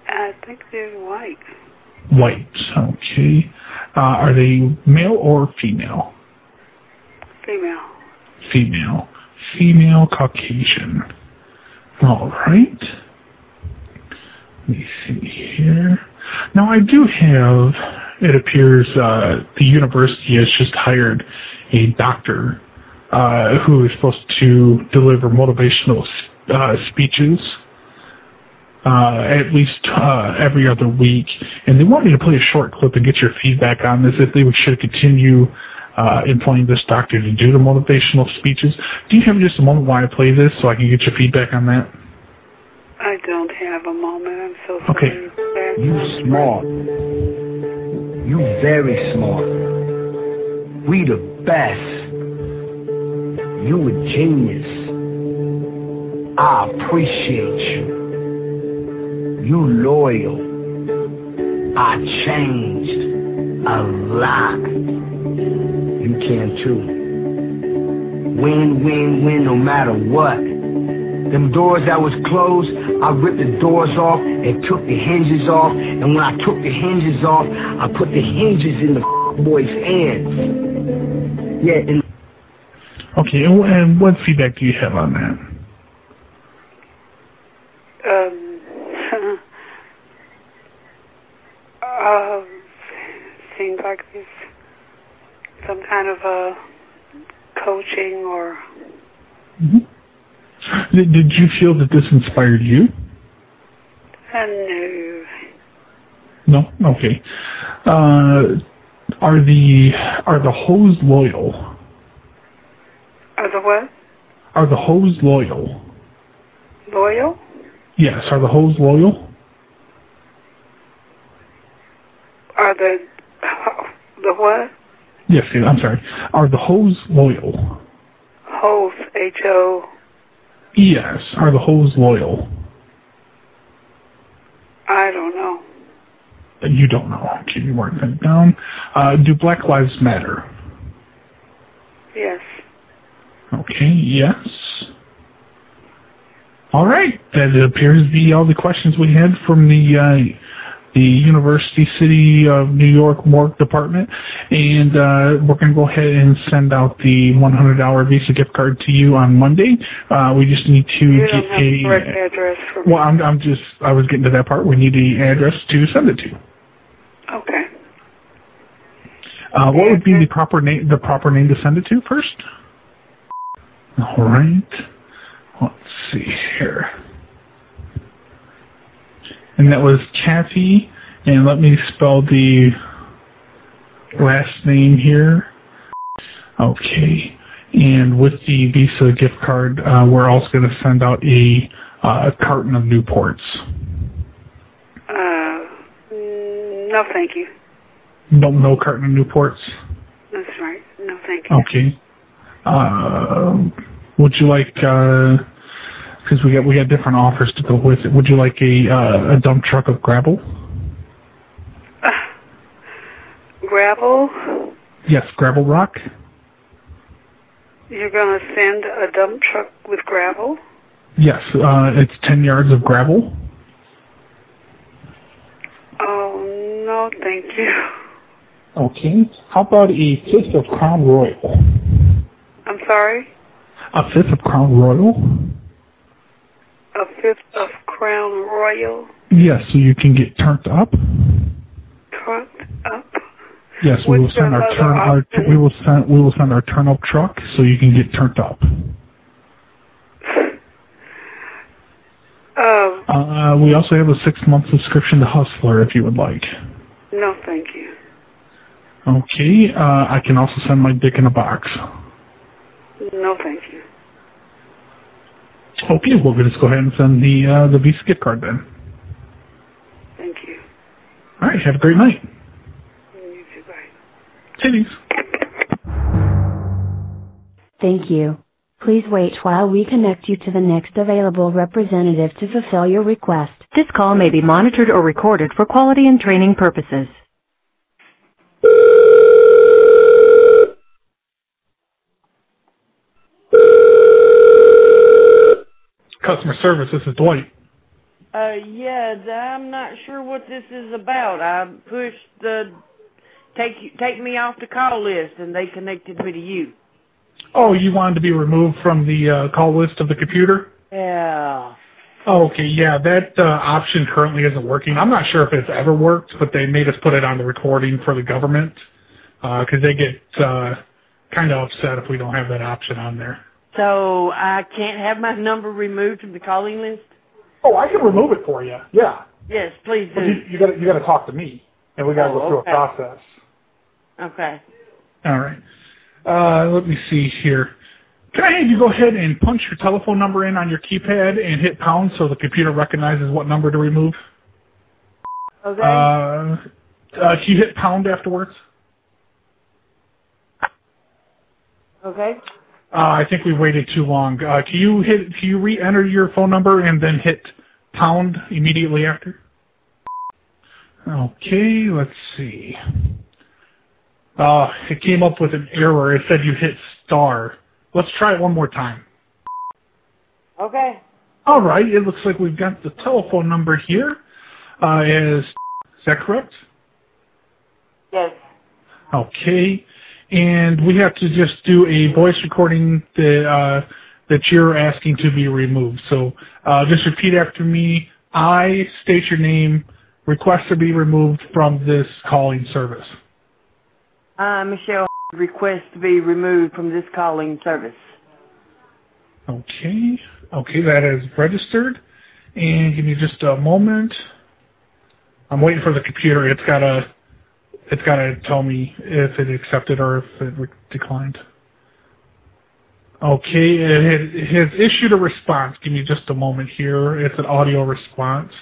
S: I think they're white.
B: White, okay. Uh, are they male or female?
S: Female.
B: female, female Caucasian. All right. Let me see here. Now I do have, it appears uh, the university has just hired a doctor uh, who is supposed to deliver motivational uh, speeches uh, at least uh, every other week. And they want me to play a short clip and get your feedback on this if they should continue uh, employing this doctor to do the motivational speeches. Do you have just a moment while I play this so I can get your feedback on that?
S: I don't have a moment. I'm so
B: Okay.
T: You smart. You very smart. We the best. You a genius. I appreciate you. You loyal. I changed a lot. You can too. Win, win, win no matter what. Them doors that was closed, I ripped the doors off and took the hinges off. And when I took the hinges off, I put the hinges in the boy's hands. Yeah, in
B: Okay, and, wh- and what feedback do you have on that?
S: Um, uh, seems like there's some kind of uh coaching or
T: Mm-hmm.
B: Did, did you feel that this inspired you?
S: I knew.
B: No. Okay. Uh, are the are the hoes loyal?
S: Are the what?
B: Are the hoes loyal?
S: Loyal?
B: Yes. Are the hoes loyal?
S: Are the the what?
B: Yes. yeah, I'm sorry. Are the hoes loyal?
S: Hoes. H O.
B: Yes. Are the hoes loyal?
S: I don't know.
B: You don't know. Okay, you weren't that down. Uh, do Black Lives Matter?
S: Yes.
B: Okay, yes. All right, that appears to be all the questions we had from the uh, the University City of New York Morgue Department, and uh, we're going to go ahead and send out the $100 Visa gift card to you on Monday. Uh, we just need to get a
S: Correct address.
B: well, I'm, I'm just I was getting to that part. We need the address to send it to.
S: Okay.
B: Uh, what would be the proper name the proper name to send it to first? All right. Let's see here. And that was Kathy. And let me spell the last name here. Okay. And with the Visa gift card, uh, we're also going to send out a uh, carton of Newports.
S: Uh, mm, no, thank you.
B: No, no carton of Newports.
S: That's right. No, thank you.
B: Okay. Um would you like? Because we got we got different offers to go with it. Would you like a uh, a dump truck of gravel?
S: Gravel.
B: Yes, gravel rock.
S: You're gonna send a dump truck with gravel?
B: Yes, uh, it's ten yards of gravel.
S: Oh no, thank you.
B: Okay. How about a fifth of Crown Royal?
S: I'm sorry.
B: A fifth of Crown Royal?
S: A fifth of Crown Royal
B: Yes, so you can get turned up.
S: truck.
B: Yes, we will send our turn our, we will send we will send our turn up truck so you can get turned up.
S: Um,
B: Uh, we also have a six month subscription to Hustler if you would like.
S: No, thank you.
B: Okay, uh, I can also send my dick in a box.
S: No, thank you.
B: Okay, we'll just go ahead and send the uh, the Visa gift card then.
S: Thank you.
B: All right, have a great night.
S: You too. Bye.
B: Titties.
D: Thank you. Please wait while we connect you to the next available representative to fulfill your request. This call may be monitored or recorded for quality and training purposes.
B: Customer service, this is Dwight.
U: Uh, yeah, th- I'm not sure what this is about. I pushed the take you- take me off the call list, and they connected me to you.
B: Oh, you wanted to be removed from the uh, call list of the computer?
U: Yeah.
B: Oh, okay, yeah, that uh, option currently isn't working. I'm not sure if it's ever worked, but they made us put it on the recording for the government because they get uh, kind of upset if we don't have that option on there.
U: So I can't have my number removed from the calling list.
B: Oh, I can remove it for you. Yeah,
U: Yes, please
B: but you,
U: do.
B: you got you got to talk to me, and we got to
U: Oh,
B: go through
U: okay.
B: a process.
U: Okay.
B: All right. Uh, let me see here. Can I have you go ahead and punch your telephone number in on your keypad and hit pound so the computer recognizes what number to remove?
U: Okay.
B: Uh, uh, can you hit pound afterwards?
U: Okay.
B: Uh, I think we waited too long. Uh, can you hit? Can you re-enter your phone number and then hit pound immediately after? Okay, let's see. Uh, it came up with an error. It said you hit star. Let's try it one more time.
U: Okay.
B: All right. It looks like we've got the telephone number here. Uh, is is that correct?
U: Yes.
B: Okay. And we have to just do a voice recording that, uh, that you're asking to be removed. So uh, just repeat after me. I state your name. Request to be removed from this calling service.
U: I, Uh, Michelle, request to be removed from this calling service.
B: Okay. Okay, that is registered. And give me just a moment. I'm waiting for the computer. It's gotta, it's gotta tell me if it accepted or if it re- declined. Okay, it has, it has issued a response. Give me just a moment here. It's an audio response.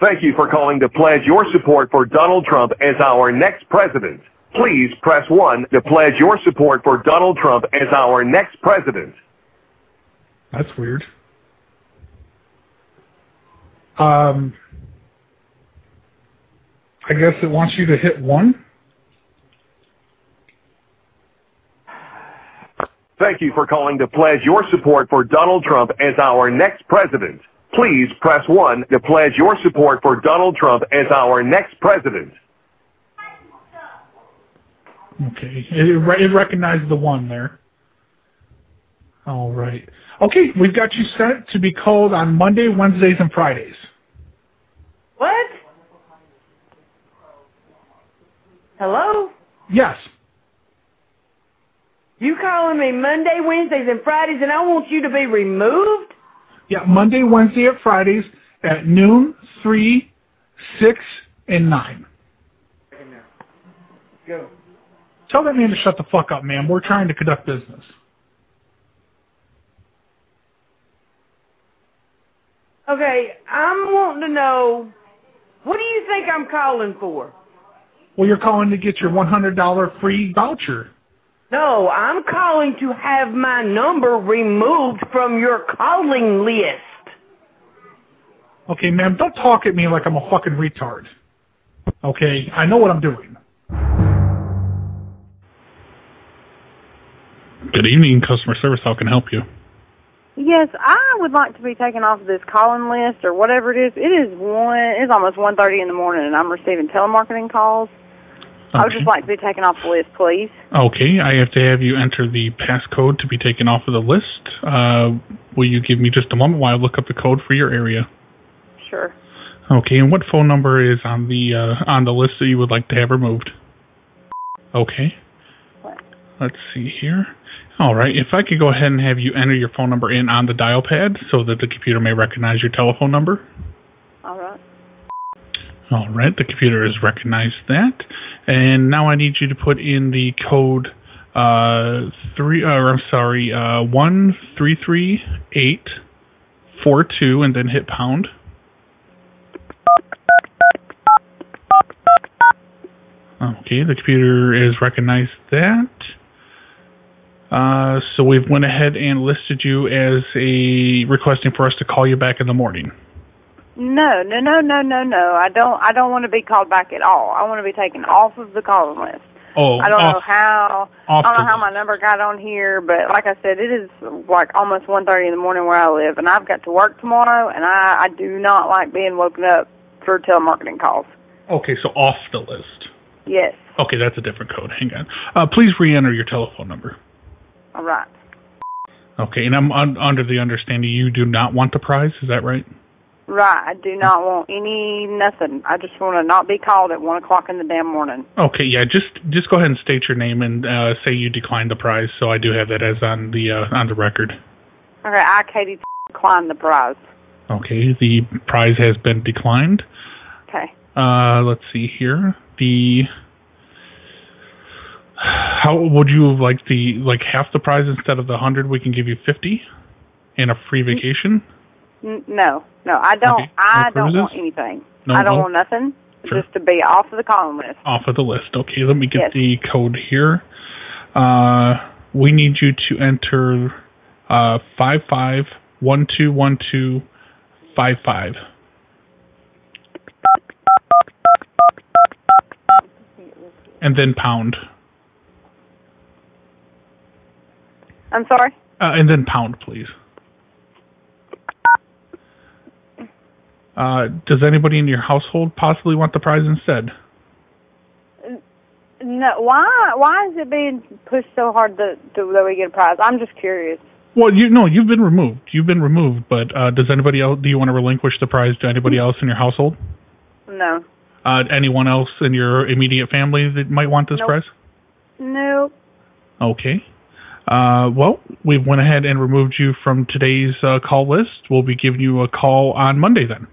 L: Thank you for calling to pledge your support for Donald Trump as our next president. Please press 1 to pledge your support for Donald Trump as our next president.
B: That's weird. Um, I guess it wants you to hit one.
L: Thank you for calling to pledge your support for Donald Trump as our next president. Please press 1 to pledge your support for Donald Trump as our next president.
B: Okay, it, re- it recognized the one there. All right. Okay, we've got you set to be called on Monday, Wednesdays, and Fridays.
U: What? Hello?
B: Yes.
U: You calling me Monday, Wednesdays, and Fridays, and I want you to be removed?
B: Yeah, Monday, Wednesday, and Fridays at noon, 3, 6, and 9.
U: Go.
B: Tell that man to shut the fuck up, man. We're trying to conduct business.
U: Okay, I'm wanting to know, what do you think I'm calling for?
B: Well, you're calling to get your $100 free voucher.
U: No, I'm calling to have my number removed from your calling list.
B: Okay, ma'am, don't talk at me like I'm a fucking retard. Okay, I know what I'm doing.
N: Good evening, customer service. How can I help you?
V: Yes, I would like to be taken off of this calling list or whatever it is. It is one. It's almost one thirty in the morning, and I'm receiving telemarketing calls. I would just like to be taken off the list, please.
N: Okay, I have to have you enter the passcode to be taken off of the list. Uh, will you give me just a moment while I look up the code for your area?
V: Sure.
N: Okay, and what phone number is on the uh, on the list that you would like to have removed? Okay. Let's see here. All right, if I could go ahead and have you enter your phone number in on the dial pad so that the computer may recognize your telephone number.
V: All right.
N: All right, the computer has recognized that, and now I need you to put in the code uh, three. Or I'm sorry, uh, one three three eight four two, and then hit pound. Okay, the computer has recognized that. Uh, so we've went ahead and listed you as a requesting for us to call you back in the morning.
V: No, no, no, no, no, no. I don't. I don't want to be called back at all. I want to be taken off of the calling list.
N: Oh,
V: I don't know
N: off-
V: how. I
N: off
V: don't
N: the
V: know how my number got on here, but like I said, it is like almost one thirty in the morning where I live, and I've got to work tomorrow, and I I do not like being woken up for telemarketing calls.
N: Okay, so off the list.
V: Yes.
N: Okay, that's a different code. Hang on. Uh, please re-enter your telephone number.
V: All right.
N: Okay, and I'm un- under the understanding you do not want the prize. Is that right?
V: Right. I do not want any nothing. I just want to not be called at one o'clock in the damn morning.
N: Okay, yeah. Just just go ahead and state your name and uh, say you declined the prize. So I do have that as on the uh, on the record.
V: Okay. I Katie declined the prize.
N: Okay, the prize has been declined.
V: Okay.
N: Uh, let's see here. The how would you like the like half the prize instead of the hundred? We can give you fifty and a free vacation.
V: N- no. No. I don't.
N: Okay.
V: I
N: No
V: don't want
N: purposes?
V: anything.
N: No
V: I don't
N: vote?
V: want nothing.
N: Sure.
V: Just to be off of the calling list.
N: off of the list. Okay, let me get
V: Yes.
N: the code here. Uh, we need you to enter uh, five five one two one two five five. And then pound.
V: I'm sorry.
N: Uh, and then pound, please. Uh, does anybody in your household possibly want the prize instead?
V: No. Why? Why is it being pushed so hard that to, that we get a prize? I'm just curious.
N: Well, you no, you've been removed. You've been removed. But uh, does anybody else? Do you want to relinquish the prize to anybody else in your household?
V: No.
N: Uh, anyone else in your immediate family that might want this
V: Nope.
N: prize?
V: No.
N: Okay. Uh, well, we went ahead and removed you from today's uh, call list. We'll be giving you a call on Monday then.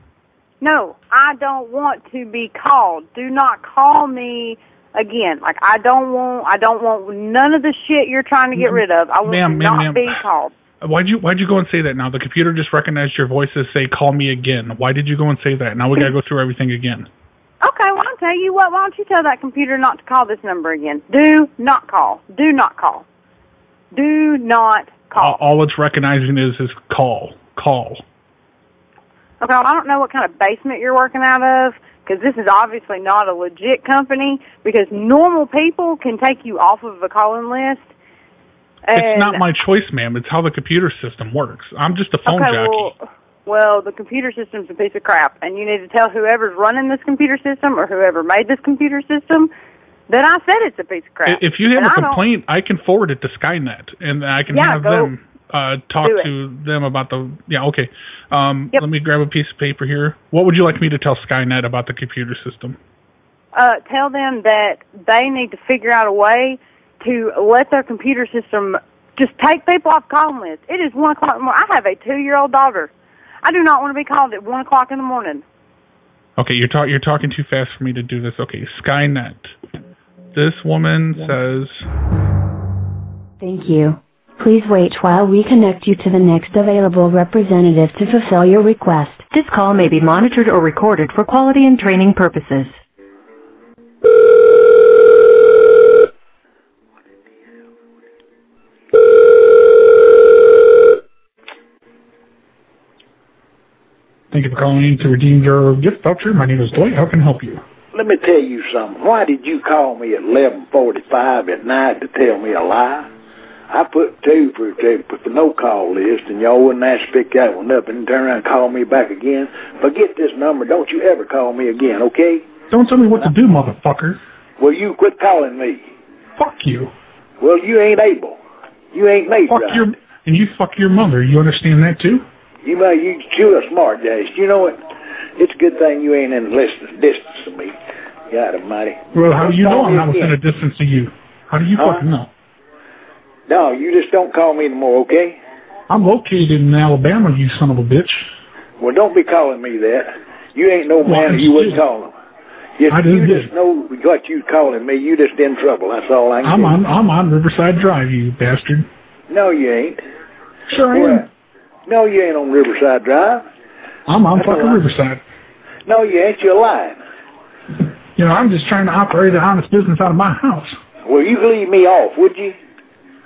V: No, I don't want to be called. Do not call me again. Like I don't want I don't want none of the shit you're trying to get
N: Ma'am,
V: rid of. I want
N: Mm-hmm. ma'am,
V: to
N: ma'am,
V: not
N: ma'am.
V: be called.
N: Why'd you Why'd you go and say that? Now the computer just recognized your voice as say "call me again." Why did you go and say that? Now we gotta go through everything again.
V: Okay, well I'll tell you what, why don't you tell that computer not to call this number again? Do not call. Do not call. Do not
N: All, all it's recognizing is is call, call.
V: Okay, well, I don't know what kind of basement you're working out of because this is obviously not a legit company because normal people can take you off of the calling list.
N: it's
V: and-
N: not my choice, ma'am. It's how the computer system works. I'm just a phone
V: okay,
N: jockey.
V: Well, well, the computer system's a piece of crap, and you need to tell whoever's running this computer system or whoever made this computer system that I said it's a piece of crap.
N: I- If you have
V: And I
N: a
V: don't-
N: complaint, I can forward it to Skynet, and I can
V: Yeah,
N: have
V: go-
N: them uh, talk
V: do it.
N: to them about the. Yeah, okay. Um, Let me grab a piece of paper here. What would you like me to tell Skynet about the computer system?
V: uh, tell them that they need to figure out a way to let their computer system just take people off calling lists. It is one o'clock in the morning. I have a two-year-old daughter. I do not want to be called at one o'clock in the morning.
N: Okay, you're ta- you're talking too fast for me to do this. Okay, Skynet. This woman says,
D: Thank you. Please wait while we connect you to the next available representative to fulfill your request. This call may be monitored or recorded for quality and training purposes.
B: Thank you for calling in to redeem your gift voucher. My name is Dwight. How can I help you?
K: Let me tell you something. Why did you call me at 11:45 at night to tell me a lie? I put two for two for the no call list, and y'all wouldn't ask to pick that one up, and turn around and call me back again. Forget this number. Don't you ever call me again, okay?
B: Don't tell me what to do, motherfucker.
K: Well, you quit calling me.
B: Fuck you.
K: Well, you ain't able. You ain't made
B: Fuck
K: right.
B: your and you fuck your mother. You understand that too?
K: You know, you sure a smart dash. You know what? It's a good thing you ain't in the listen- distance of me. God almighty.
B: Well, how do you know
K: Don't
B: I'm not
K: again.
B: within a distance of you? How do you
K: Huh?
B: fucking know?
K: No, you just don't call me anymore, okay?
B: I'm located in Alabama, you son of a bitch.
K: Well, don't be calling me that. You ain't no man. You wouldn't call him. Just,
B: I
K: you
B: didn't get
K: just know what you calling me. You just in trouble. That's all I can
B: I'm
K: do.
B: on I'm on Riverside Drive, you bastard.
K: No, you ain't.
B: Sure
K: I am. No, you ain't on Riverside Drive.
B: I'm on fucking Riverside.
K: No, you ain't. You're lying.
B: You know, I'm just trying to operate an honest business out of my house.
K: Well, you could leave me off, would you?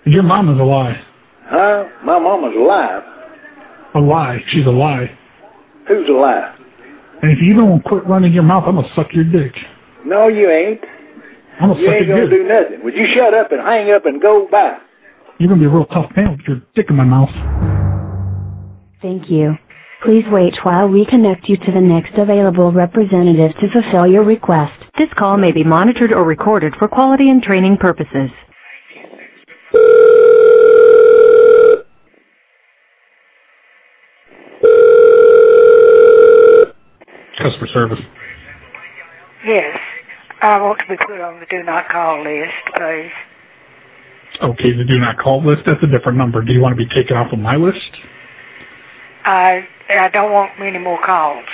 B: Your mama's a lie.
K: Huh? My mama's alive.
B: A lie. She's a lie.
K: Who's alive?
B: And if you don't quit running your mouth, I'm gonna suck your dick.
K: No, you ain't.
B: I'm gonna
K: you
B: suck
K: ain't
B: your
K: gonna
B: dick.
K: do nothing. Would you shut up and hang up and go by?
B: You're gonna be a real tough man with your dick in my mouth.
D: Thank you. Please wait while we connect you to the next available representative to fulfill your request. This call may be monitored or recorded for quality and training purposes.
B: Customer service.
S: Yes. I want to be put on the do not call list, please.
B: Okay, the do not call list, that's a different number. Do you want to be taken off of my list?
S: I I don't want many more calls.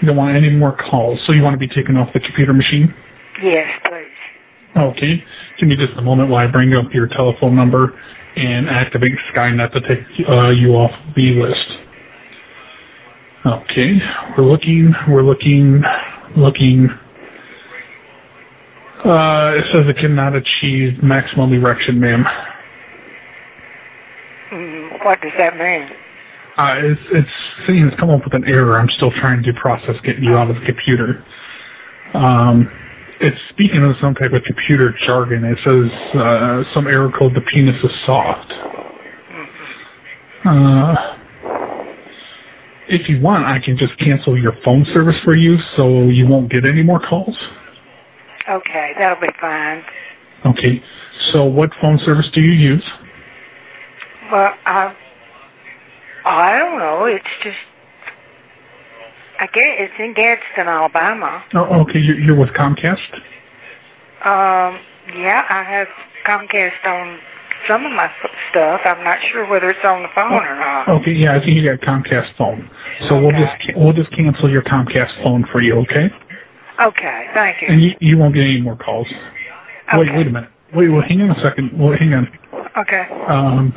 B: You don't want any more calls, so you want to be taken off the computer machine?
S: Yes, please.
B: Okay. Give me just a moment while I bring up your telephone number and activate Skynet to take uh, you off the list. Okay. We're looking, we're looking, looking. Uh, it says it cannot achieve maximum erection, ma'am.
S: Mm, what does that mean?
B: Uh, it's, it's saying it's come up with an error. I'm still trying to process getting you out of the computer. Um, it's speaking of some type of computer jargon. It says uh, some error called the penis is soft. Uh, if you want, I can just cancel your phone service for you so you won't get any more calls.
S: Okay, that'll be fine.
B: Okay. So what phone service do you use?
S: Well, I I don't know. It's just I guess it's in Gadsden, Alabama.
B: Oh, okay, you're, you're with Comcast?
S: Um, yeah, I have Comcast on some of my stuff. I'm not sure whether it's on the phone or not.
B: Okay, yeah, I think you got Comcast phone. So we'll just ca- we'll just cancel your Comcast phone for you, okay?
S: Okay, thank you.
B: And you, you won't get any more calls. Wait, wait a minute. Wait, well, hang on a second. Well, hang on.
S: Okay.
B: Um,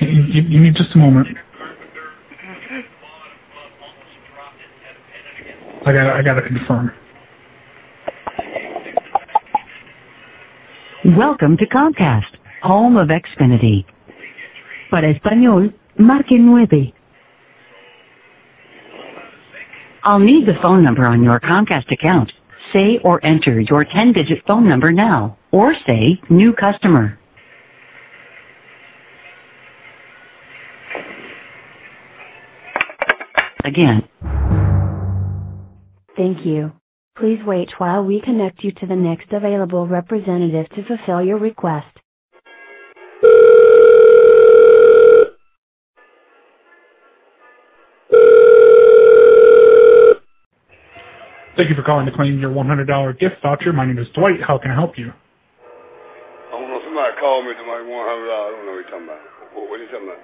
B: you, you you need just a moment. I got to I got to confirm.
W: Welcome to Comcast, home of Xfinity. Para español, marque nueve. I'll need the phone number on your Comcast account. Say or enter your 10-digit phone number now, or say new customer. Again,
D: Thank you. Please wait while we connect you to the next available representative to fulfill your request.
B: Thank you for calling to claim your $100 gift voucher. My name is Dwight. How can I help you?
J: I don't know. Somebody called me to my one hundred dollars. I don't know what you're talking about. What, what are you talking about?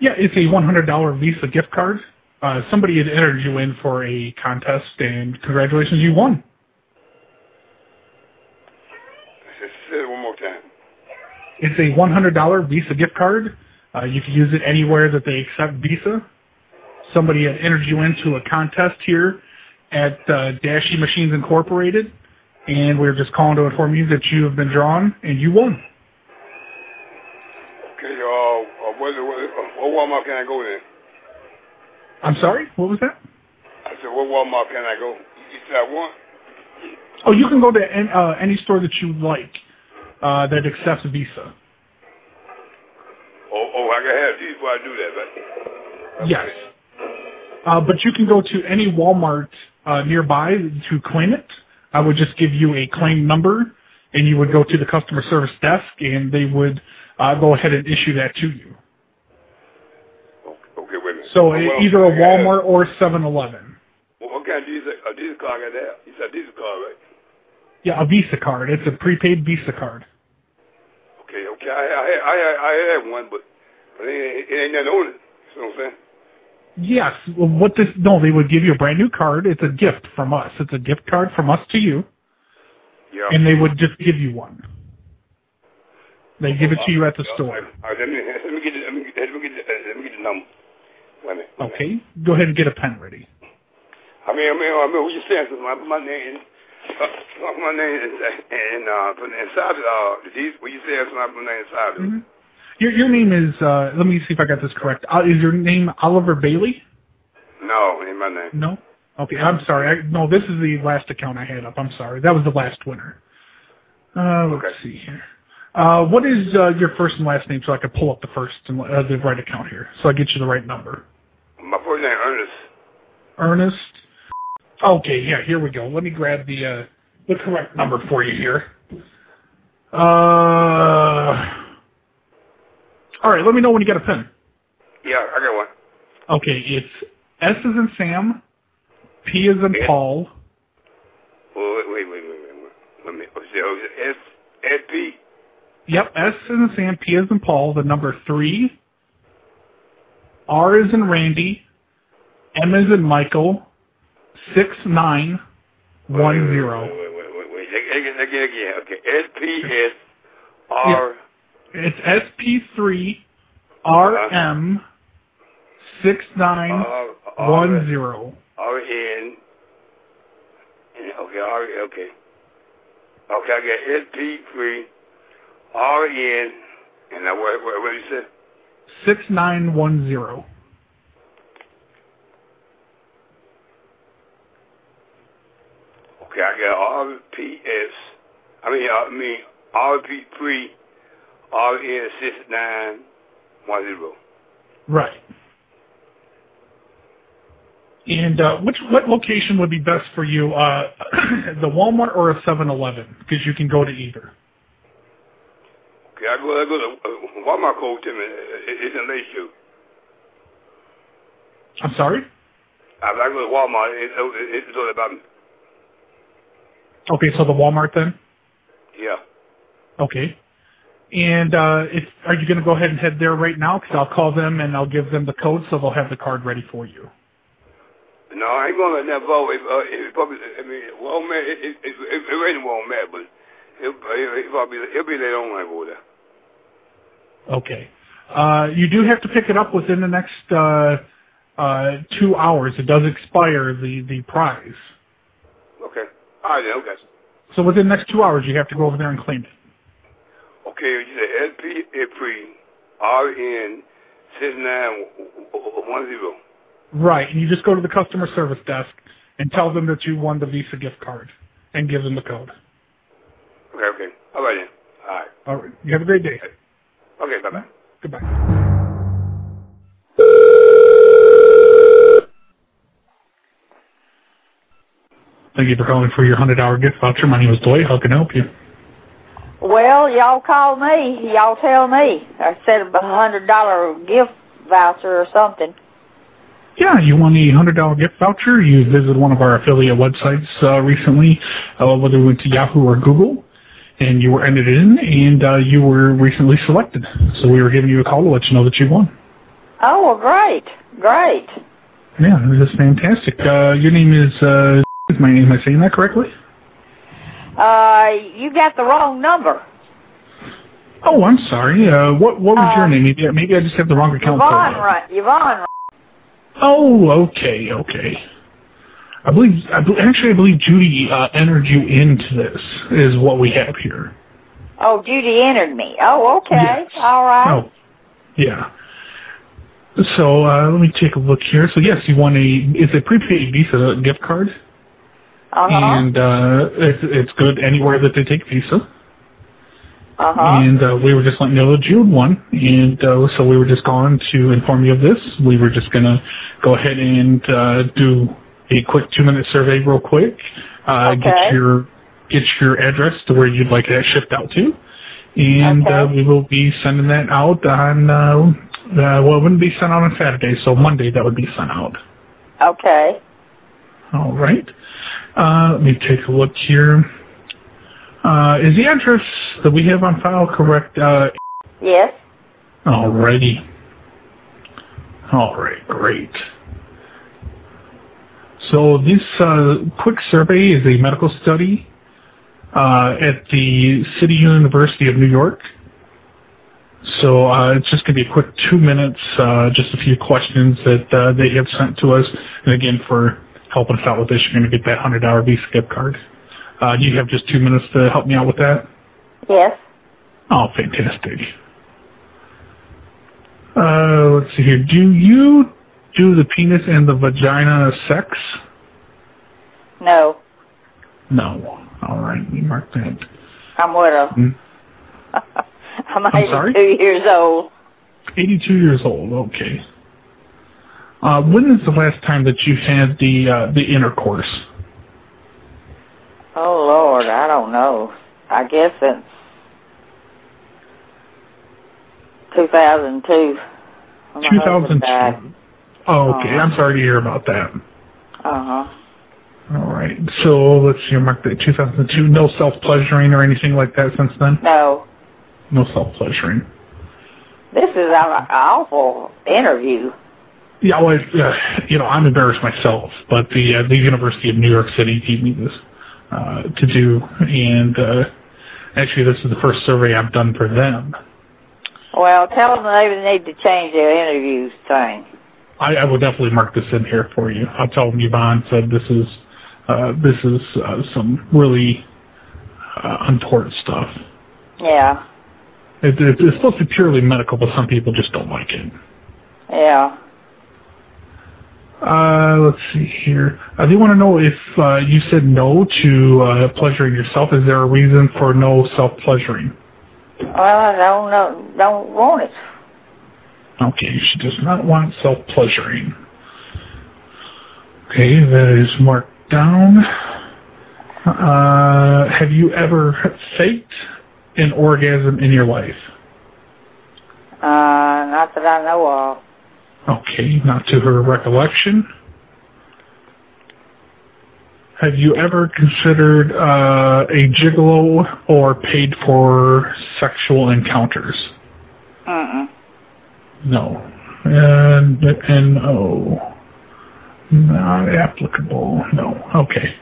B: Yeah, it's a $100 Visa gift card. Uh, somebody had entered you in for a contest, and congratulations, you won.
J: Say, say it one more time.
B: It's a $100 Visa gift card. Uh, you can use it anywhere that they accept Visa. Somebody had entered you into a contest here at uh, Dashy Machines Incorporated, and we're just calling to inform you that you have been drawn and you won.
J: Okay. Uh, uh what, what, uh, what Walmart can I go in?
B: I'm sorry, what was that?
J: I said, what Walmart can I go? You said I want.
B: Oh, you can go to an, uh, any store that you like uh, that accepts Visa.
J: Oh, oh, I can have these before I do that, right?
B: Yes. Uh, but you can go to any Walmart uh, nearby to claim it. I would just give you a claim number, and you would go to the customer service desk, and they would uh, go ahead and issue that to you.
J: Okay, wait a minute.
B: So
J: Oh,
B: e-
J: well,
B: either a
J: I got-
B: Walmart or 7-Eleven.
J: Well, what kind of diesel, a diesel car I got there? You said diesel car, right?
B: Yeah, a Visa card. It's a prepaid Visa card.
J: Okay, okay. I, I, I, I had one, but, but it, ain't, it ain't nothing on it. You see what I'm saying?
B: Yes. Well, What this? No, they would give you a brand new card. It's a gift from us. It's a gift card from us to you,
J: Yeah.
B: and they would just give you one. They give it to you at the store.
J: All right, let me let me get the- let me get let me get the, uh, let me get the number. Wait a minute.
B: Okay. Go ahead and get a pen ready.
J: I mean, I mean, I mean, what you saying? Cause my my name, uh, my name is uh, and uh, from the inside. Uh, these what you saying? My my name is inside.
B: Mhm. Your your name is. Uh, let me see if I got this correct. Uh, is your name Oliver Bailey? Mm-hmm.
J: No, ain't my name.
B: No. Okay. I'm sorry. I, no, this is the last account I had up. I'm sorry. That was the last winner. Uh, let's see here. Uh, what is uh, your first and last name so I can pull up the first and la- uh, the right account here so I get you the right number?
J: My first name Ernest.
B: Ernest. Okay. Yeah. Here we go. Let me grab the uh, the correct number for you here. Uh. All right. Let me know when you got a pen.
J: Yeah, I got one.
B: Okay, it's S is in Sam, P is in Paul.
J: Well, wait, wait, wait, wait, wait. wait. Let me. Oh, see, oh, S S P.
B: Yep, S is in Sam, P is in Paul, the number three. R is in Randy, M is in Michael, six nine
J: Uh-huh.
B: one zero.
J: Wait, wait, wait, wait. Again, again, again. Okay, S P S R.
B: It's S P three R M six nine one zero.
J: R N. and- Okay, R. Okay. Okay, I got S P three R N. And now what? What, what you said?
B: Six nine one zero.
J: Okay, I got R P S. I mean, uh, I mean R P three R N six nine one zero.
B: Right. And uh, which what location would be best for you? Uh, the Walmart or a 7-Eleven? Because you can go to either.
J: Okay, I go. I go to uh, Walmart. Code to me. It- It's in Lakeview.
B: I'm sorry.
J: I I go to Walmart. It, it, it's all about me.
B: Okay, so the Walmart then.
J: Yeah.
B: Okay. And uh, if, are you going to go ahead and head there right now? Because I'll call them and I'll give them the code, so they'll have the card ready for you.
J: No, I ain't gonna let that vote. If, uh, if it probably, I mean, Walmart, it, it, it, it, it ain't Walmart, but it, it, it probably, it'll be later on when I go there.
B: Okay. Uh, you do have to pick it up within the next uh, uh, two hours. It does expire the the prize.
J: Okay. All right, then, okay.
B: So within the next two hours, you have to go over there and claim it.
J: Okay, you said SP Ipri, RN 6910.
B: Right, and you just go to the customer service desk and tell them that you won the Visa gift card and give them the code.
J: Okay, okay. All right, then. All right.
B: All right, you have a great day.
J: Okay, bye-bye.
B: Goodbye. Thank you for calling for your hundred dollar gift voucher. My name is Dwight. How can I help you?
C: Well, y'all call me. Y'all tell me. I said a hundred dollar gift voucher or something.
B: Yeah, you won the hundred dollar gift voucher. You visited one of our affiliate websites uh, recently, uh, whether you went to Yahoo or Google, and you were entered in, and uh, you were recently selected. So we were giving you a call to let you know that you won.
C: Oh, well, great, great.
B: Yeah, this is fantastic. Uh, your name is, uh, is my name. Am I saying that correctly?
C: Uh, you got the wrong number.
B: Oh, I'm sorry. Uh, what what was your name? Maybe, maybe I just have the wrong account
C: Yvonne,
B: code.
C: right? Yvonne.
B: Oh, okay, okay. I believe, I bel actually, I believe Judy uh, entered you into this. Is what we have here.
C: Oh, Judy entered me. Oh, okay, all right.
B: Oh, yeah. So uh, let me take a look here. So yes, you want a it's a prepaid Visa gift card, and uh, it's it's good anywhere that they take Visa.
C: Uh-huh.
B: And uh, we were just letting you know that you had won, and uh, so we were just going to inform you of this. We were just going to go ahead and uh, do a quick two-minute survey, real quick. Uh, Get your get your address to where you'd like that shipped out to, and uh, we will be sending that out on. Uh, uh, well, it wouldn't be sent out on Saturday, so Monday that would be sent out.
C: Okay.
B: All right. Uh, let me take a look here. Uh, is the address that we have on file correct? Uh,
C: Yes.
B: Alrighty. Alright, great. So this uh, quick survey is a medical study uh, at the City University of New York. So uh, it's just going to be a quick two minutes, uh, just a few questions that uh, they have sent to us. And again, for helping us out with this, you're going to get that $100 Visa gift card. Uh, do you have just two minutes to help me out with that?
C: Yes.
B: Oh, fantastic. Uh, let's see here. Do you do the penis and the vagina sex?
C: No.
B: No. All right, we mark that.
C: I'm with her.
B: Hmm.
C: I'm,
B: I'm sorry?
C: 82 years old.
B: 82 years old. Okay. Uh, when is the last time that you had the uh, the intercourse?
C: Oh Lord, I don't know. I guess since 2002. when my husband died.
B: 2002. Oh, okay. I'm sorry to hear about that.
C: Uh-huh.
B: All right. So let's see. Mark that 2002. No self pleasuring or anything like that since then.
C: No,
B: No self pleasuring.
C: this is an awful interview.
B: Yeah, well, it's, uh, you know, I'm embarrassed myself, but the uh, the University of New York City gave me this uh, to do, and uh, actually, this is the first survey I've done for them.
C: Well, tell them they need to change their interviews thing.
B: I, I will definitely mark this in here for you. I'll tell them Yvonne said this is uh, this is uh, some really uh, untoward stuff.
C: Yeah,
B: It, it, it's supposed to be purely medical, but some people just don't like it.
C: yeah.
B: Uh, let's see here. I do want to know if uh, you said no to uh, pleasuring yourself. Is there a reason for no self-pleasuring?
C: Well, I don't know, don't want it.
B: Okay, she does not want self-pleasuring. Okay, that is marked down. Uh, have you ever faked an orgasm in your life?
C: Uh, not that I know of.
B: Okay, not to her recollection. Have you ever considered uh, a gigolo or paid for sexual encounters?
C: Mm-mm.
B: No. And and no. Not applicable. No. Okay.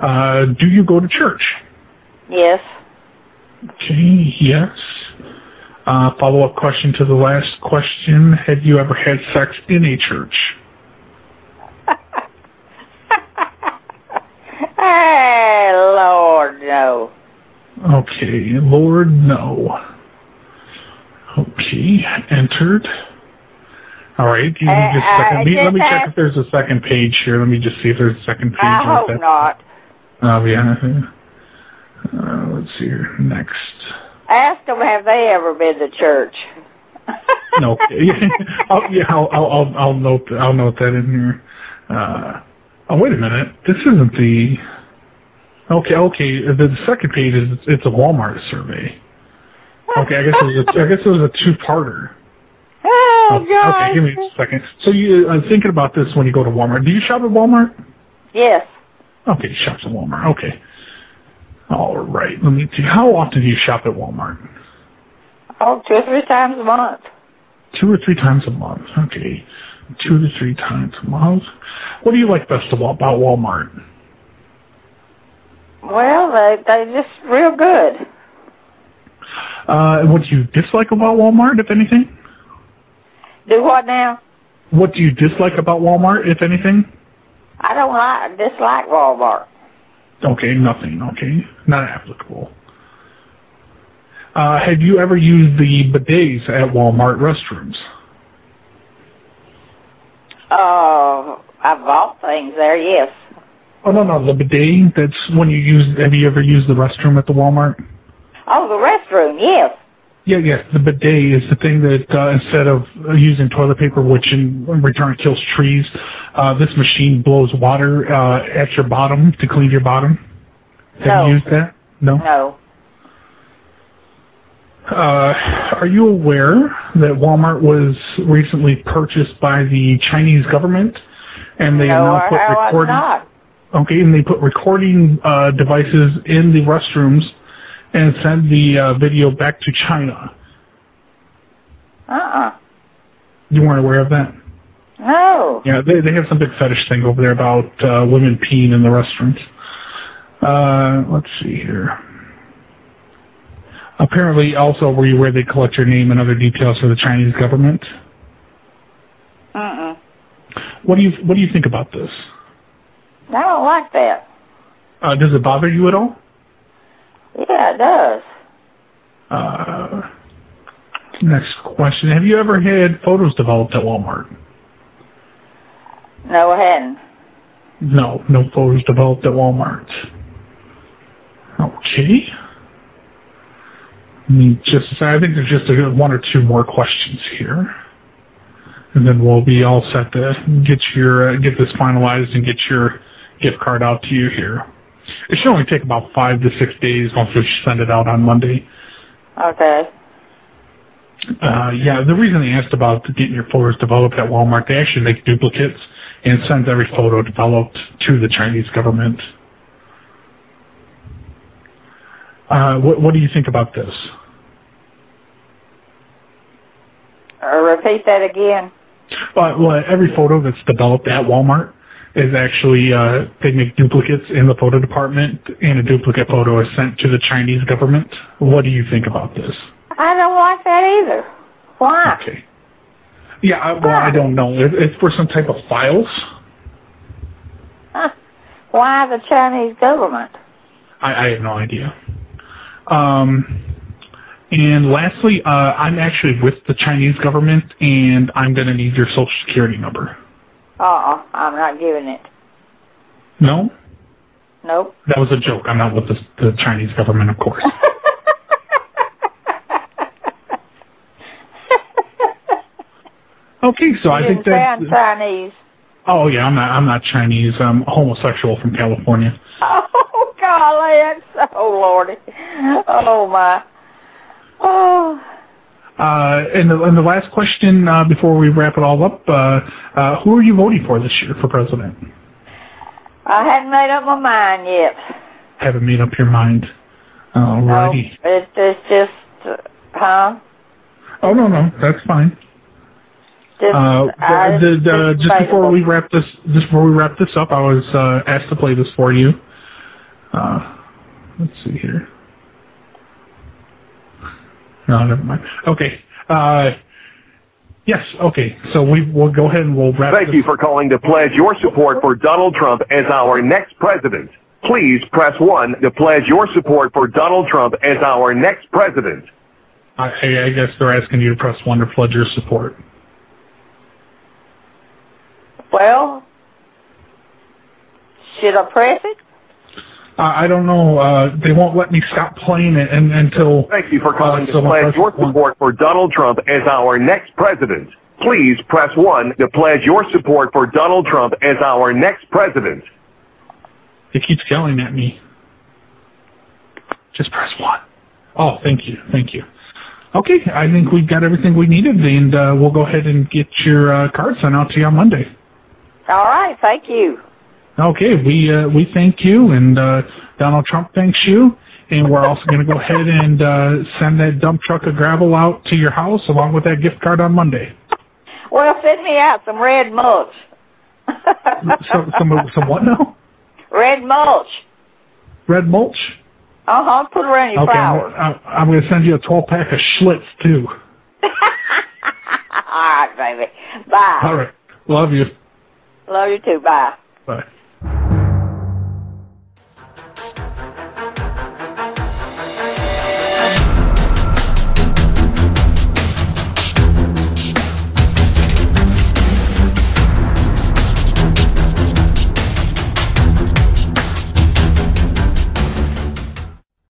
B: Uh, do you go to church?
C: Yes.
B: Okay. Yes. Uh, follow-up question to the last question: Have you ever had sex in a church?
C: Hey, Lord, no.
B: Okay, Lord, no. Okay, entered. All right, you
C: Uh,
B: need just a second. Let me, let me check if there's a second page here. Let me just see if there's a second page.
C: I
B: like
C: hope
B: that.
C: not.
B: Oh, yeah. Uh, let's see here. Next.
C: Ask them have they ever been to church.
B: No. I'll, yeah, I'll, I'll, I'll, I'll note I'll note that in here. Uh, oh, wait a minute. This isn't the. Okay, okay. The second page is it's a Walmart survey. Okay, I guess it was a, I guess it was a two-parter.
C: Oh,
B: Okay, give me a second. So you, I'm thinking about this when you go to Walmart. Do you shop at Walmart?
C: Yes,
B: Okay, you shop at Walmart. Okay. All right. Let me see. How often do you shop at Walmart?
C: oh, two or three times a month.
B: Two or three times a month. Okay. Two to three times a month. What do you like best of all about Walmart?
C: Well, they they just real good.
B: Uh, and what do you dislike about Walmart, if anything?
C: Do what now?
B: What do you dislike about Walmart, if anything?
C: I don't like dislike Walmart.
B: Okay, nothing. Okay, not applicable. Uh, have you ever used the bidets at Walmart restrooms?
C: Uh, I bought things there. Yes.
B: Oh no, no, the bidet. That's when you use. Have you ever used the restroom at the Walmart?
C: Oh, the restroom. Yes.
B: Yeah, yes. The bidet is the thing that uh, instead of using toilet paper, which in return kills trees, uh, this machine blows water uh, at your bottom to clean your bottom. Have you used that? No.
C: No.
B: Uh, are you aware that Walmart was recently purchased by the Chinese government, and they
C: no,
B: now put
C: I, I was
B: recording?
C: not.
B: Okay, and they put recording uh, devices in the restrooms and sent the uh, video back to China.
C: Uh-uh.
B: You weren't aware of that?
C: No.
B: Yeah, they, they have some big fetish thing over there about uh, women peeing in the restaurants. Uh, let's see here. Apparently, also, were you where they collect your name and other details for the Chinese government?
C: Uh-uh.
B: What do you What do you think about this?
C: I don't like that.
B: Uh, does it bother you at all?
C: Yeah, it does.
B: Uh, next question: Have you ever had photos developed at Walmart?
C: No, I hadn't.
B: No, no photos developed at Walmart. Okay. Let me Just, I think there's just a, one or two more questions here, and then we'll be all set to get your uh, get this finalized and get your gift card out to you here. It should only take about five to six days once we send it out on Monday.
C: Okay.
B: Uh, yeah, the reason they asked about getting your photos developed at Walmart, they actually make duplicates and send every photo developed to the Chinese government. Uh, what, what do you think about this?
C: Uh, repeat that again.
B: Well, Uh, well, every photo that's developed at Walmart is actually, uh, they make duplicates in the photo department, and a duplicate photo is sent to the Chinese government. What do you think about this?
C: I don't like that either. Why?
B: Okay. Yeah, I, well, I don't know. It, it's for some type of files.
C: Why the Chinese government?
B: I, I have no idea. Um, and lastly, uh, I'm actually with the Chinese government, and I'm going to need your social security number.
C: Uh-uh, I'm not giving it.
B: No,
C: Nope.
B: that was a joke. I'm not with the, the Chinese government, of course. okay, so I
C: you
B: think
C: didn't
B: that.
C: sound Chinese.
B: Oh yeah, I'm not. I'm not Chinese. I'm homosexual from California.
C: Oh, golly, that's, oh, Lordy. Oh, my. Oh,
B: Uh, and, the, and the last question uh, before we wrap it all up: uh, uh, Who are you voting for this year for president?
C: I hadn't made up my mind yet.
B: Haven't made up your mind. Uh, Alrighty.
E: Oh.
C: It, it's just, uh, huh?
B: Oh no no, that's fine. Uh,
C: I-
B: the, the, uh, just before we wrap this, just before we wrap this up, I was uh, asked to play this for you. Uh, let's see here. No, never mind. Okay. Uh, yes. Okay. So we will go ahead and we'll wrap.
L: Thank you for calling to pledge your support for Donald Trump as our next president. Please press 1 to pledge your support for Donald Trump as our next president.
B: I, I- I guess they're asking you to press one to pledge your support.
C: Well, should I press it?
B: I I don't know. Uh, they won't let me stop playing it and, until.
L: Thank you for calling to pledge your support for Donald Trump as our next president. Please press 1 to pledge your support for Donald Trump as our next president.
B: It keeps yelling at me. Just press one. Oh, thank you, thank you. Okay, I think we've got everything we needed, and uh, we'll go ahead and get your uh, card sent out to you on Monday.
C: All right, thank you.
B: Okay, we uh, we thank you, and uh, Donald Trump thanks you, and we're also going to go ahead and uh, send that dump truck of gravel out to your house along with that gift card on Monday.
C: Well, send me out some red mulch.
B: Some some, some what now?
C: Red mulch.
B: Red mulch.
C: Uh-huh, put it around your
B: Okay, I'm,
C: flowers.
B: I'm, I'm going to send you a 12 pack of Schlitz too.
C: All right, baby. Bye.
B: All right, love you.
C: Love you too. Bye.
B: Bye.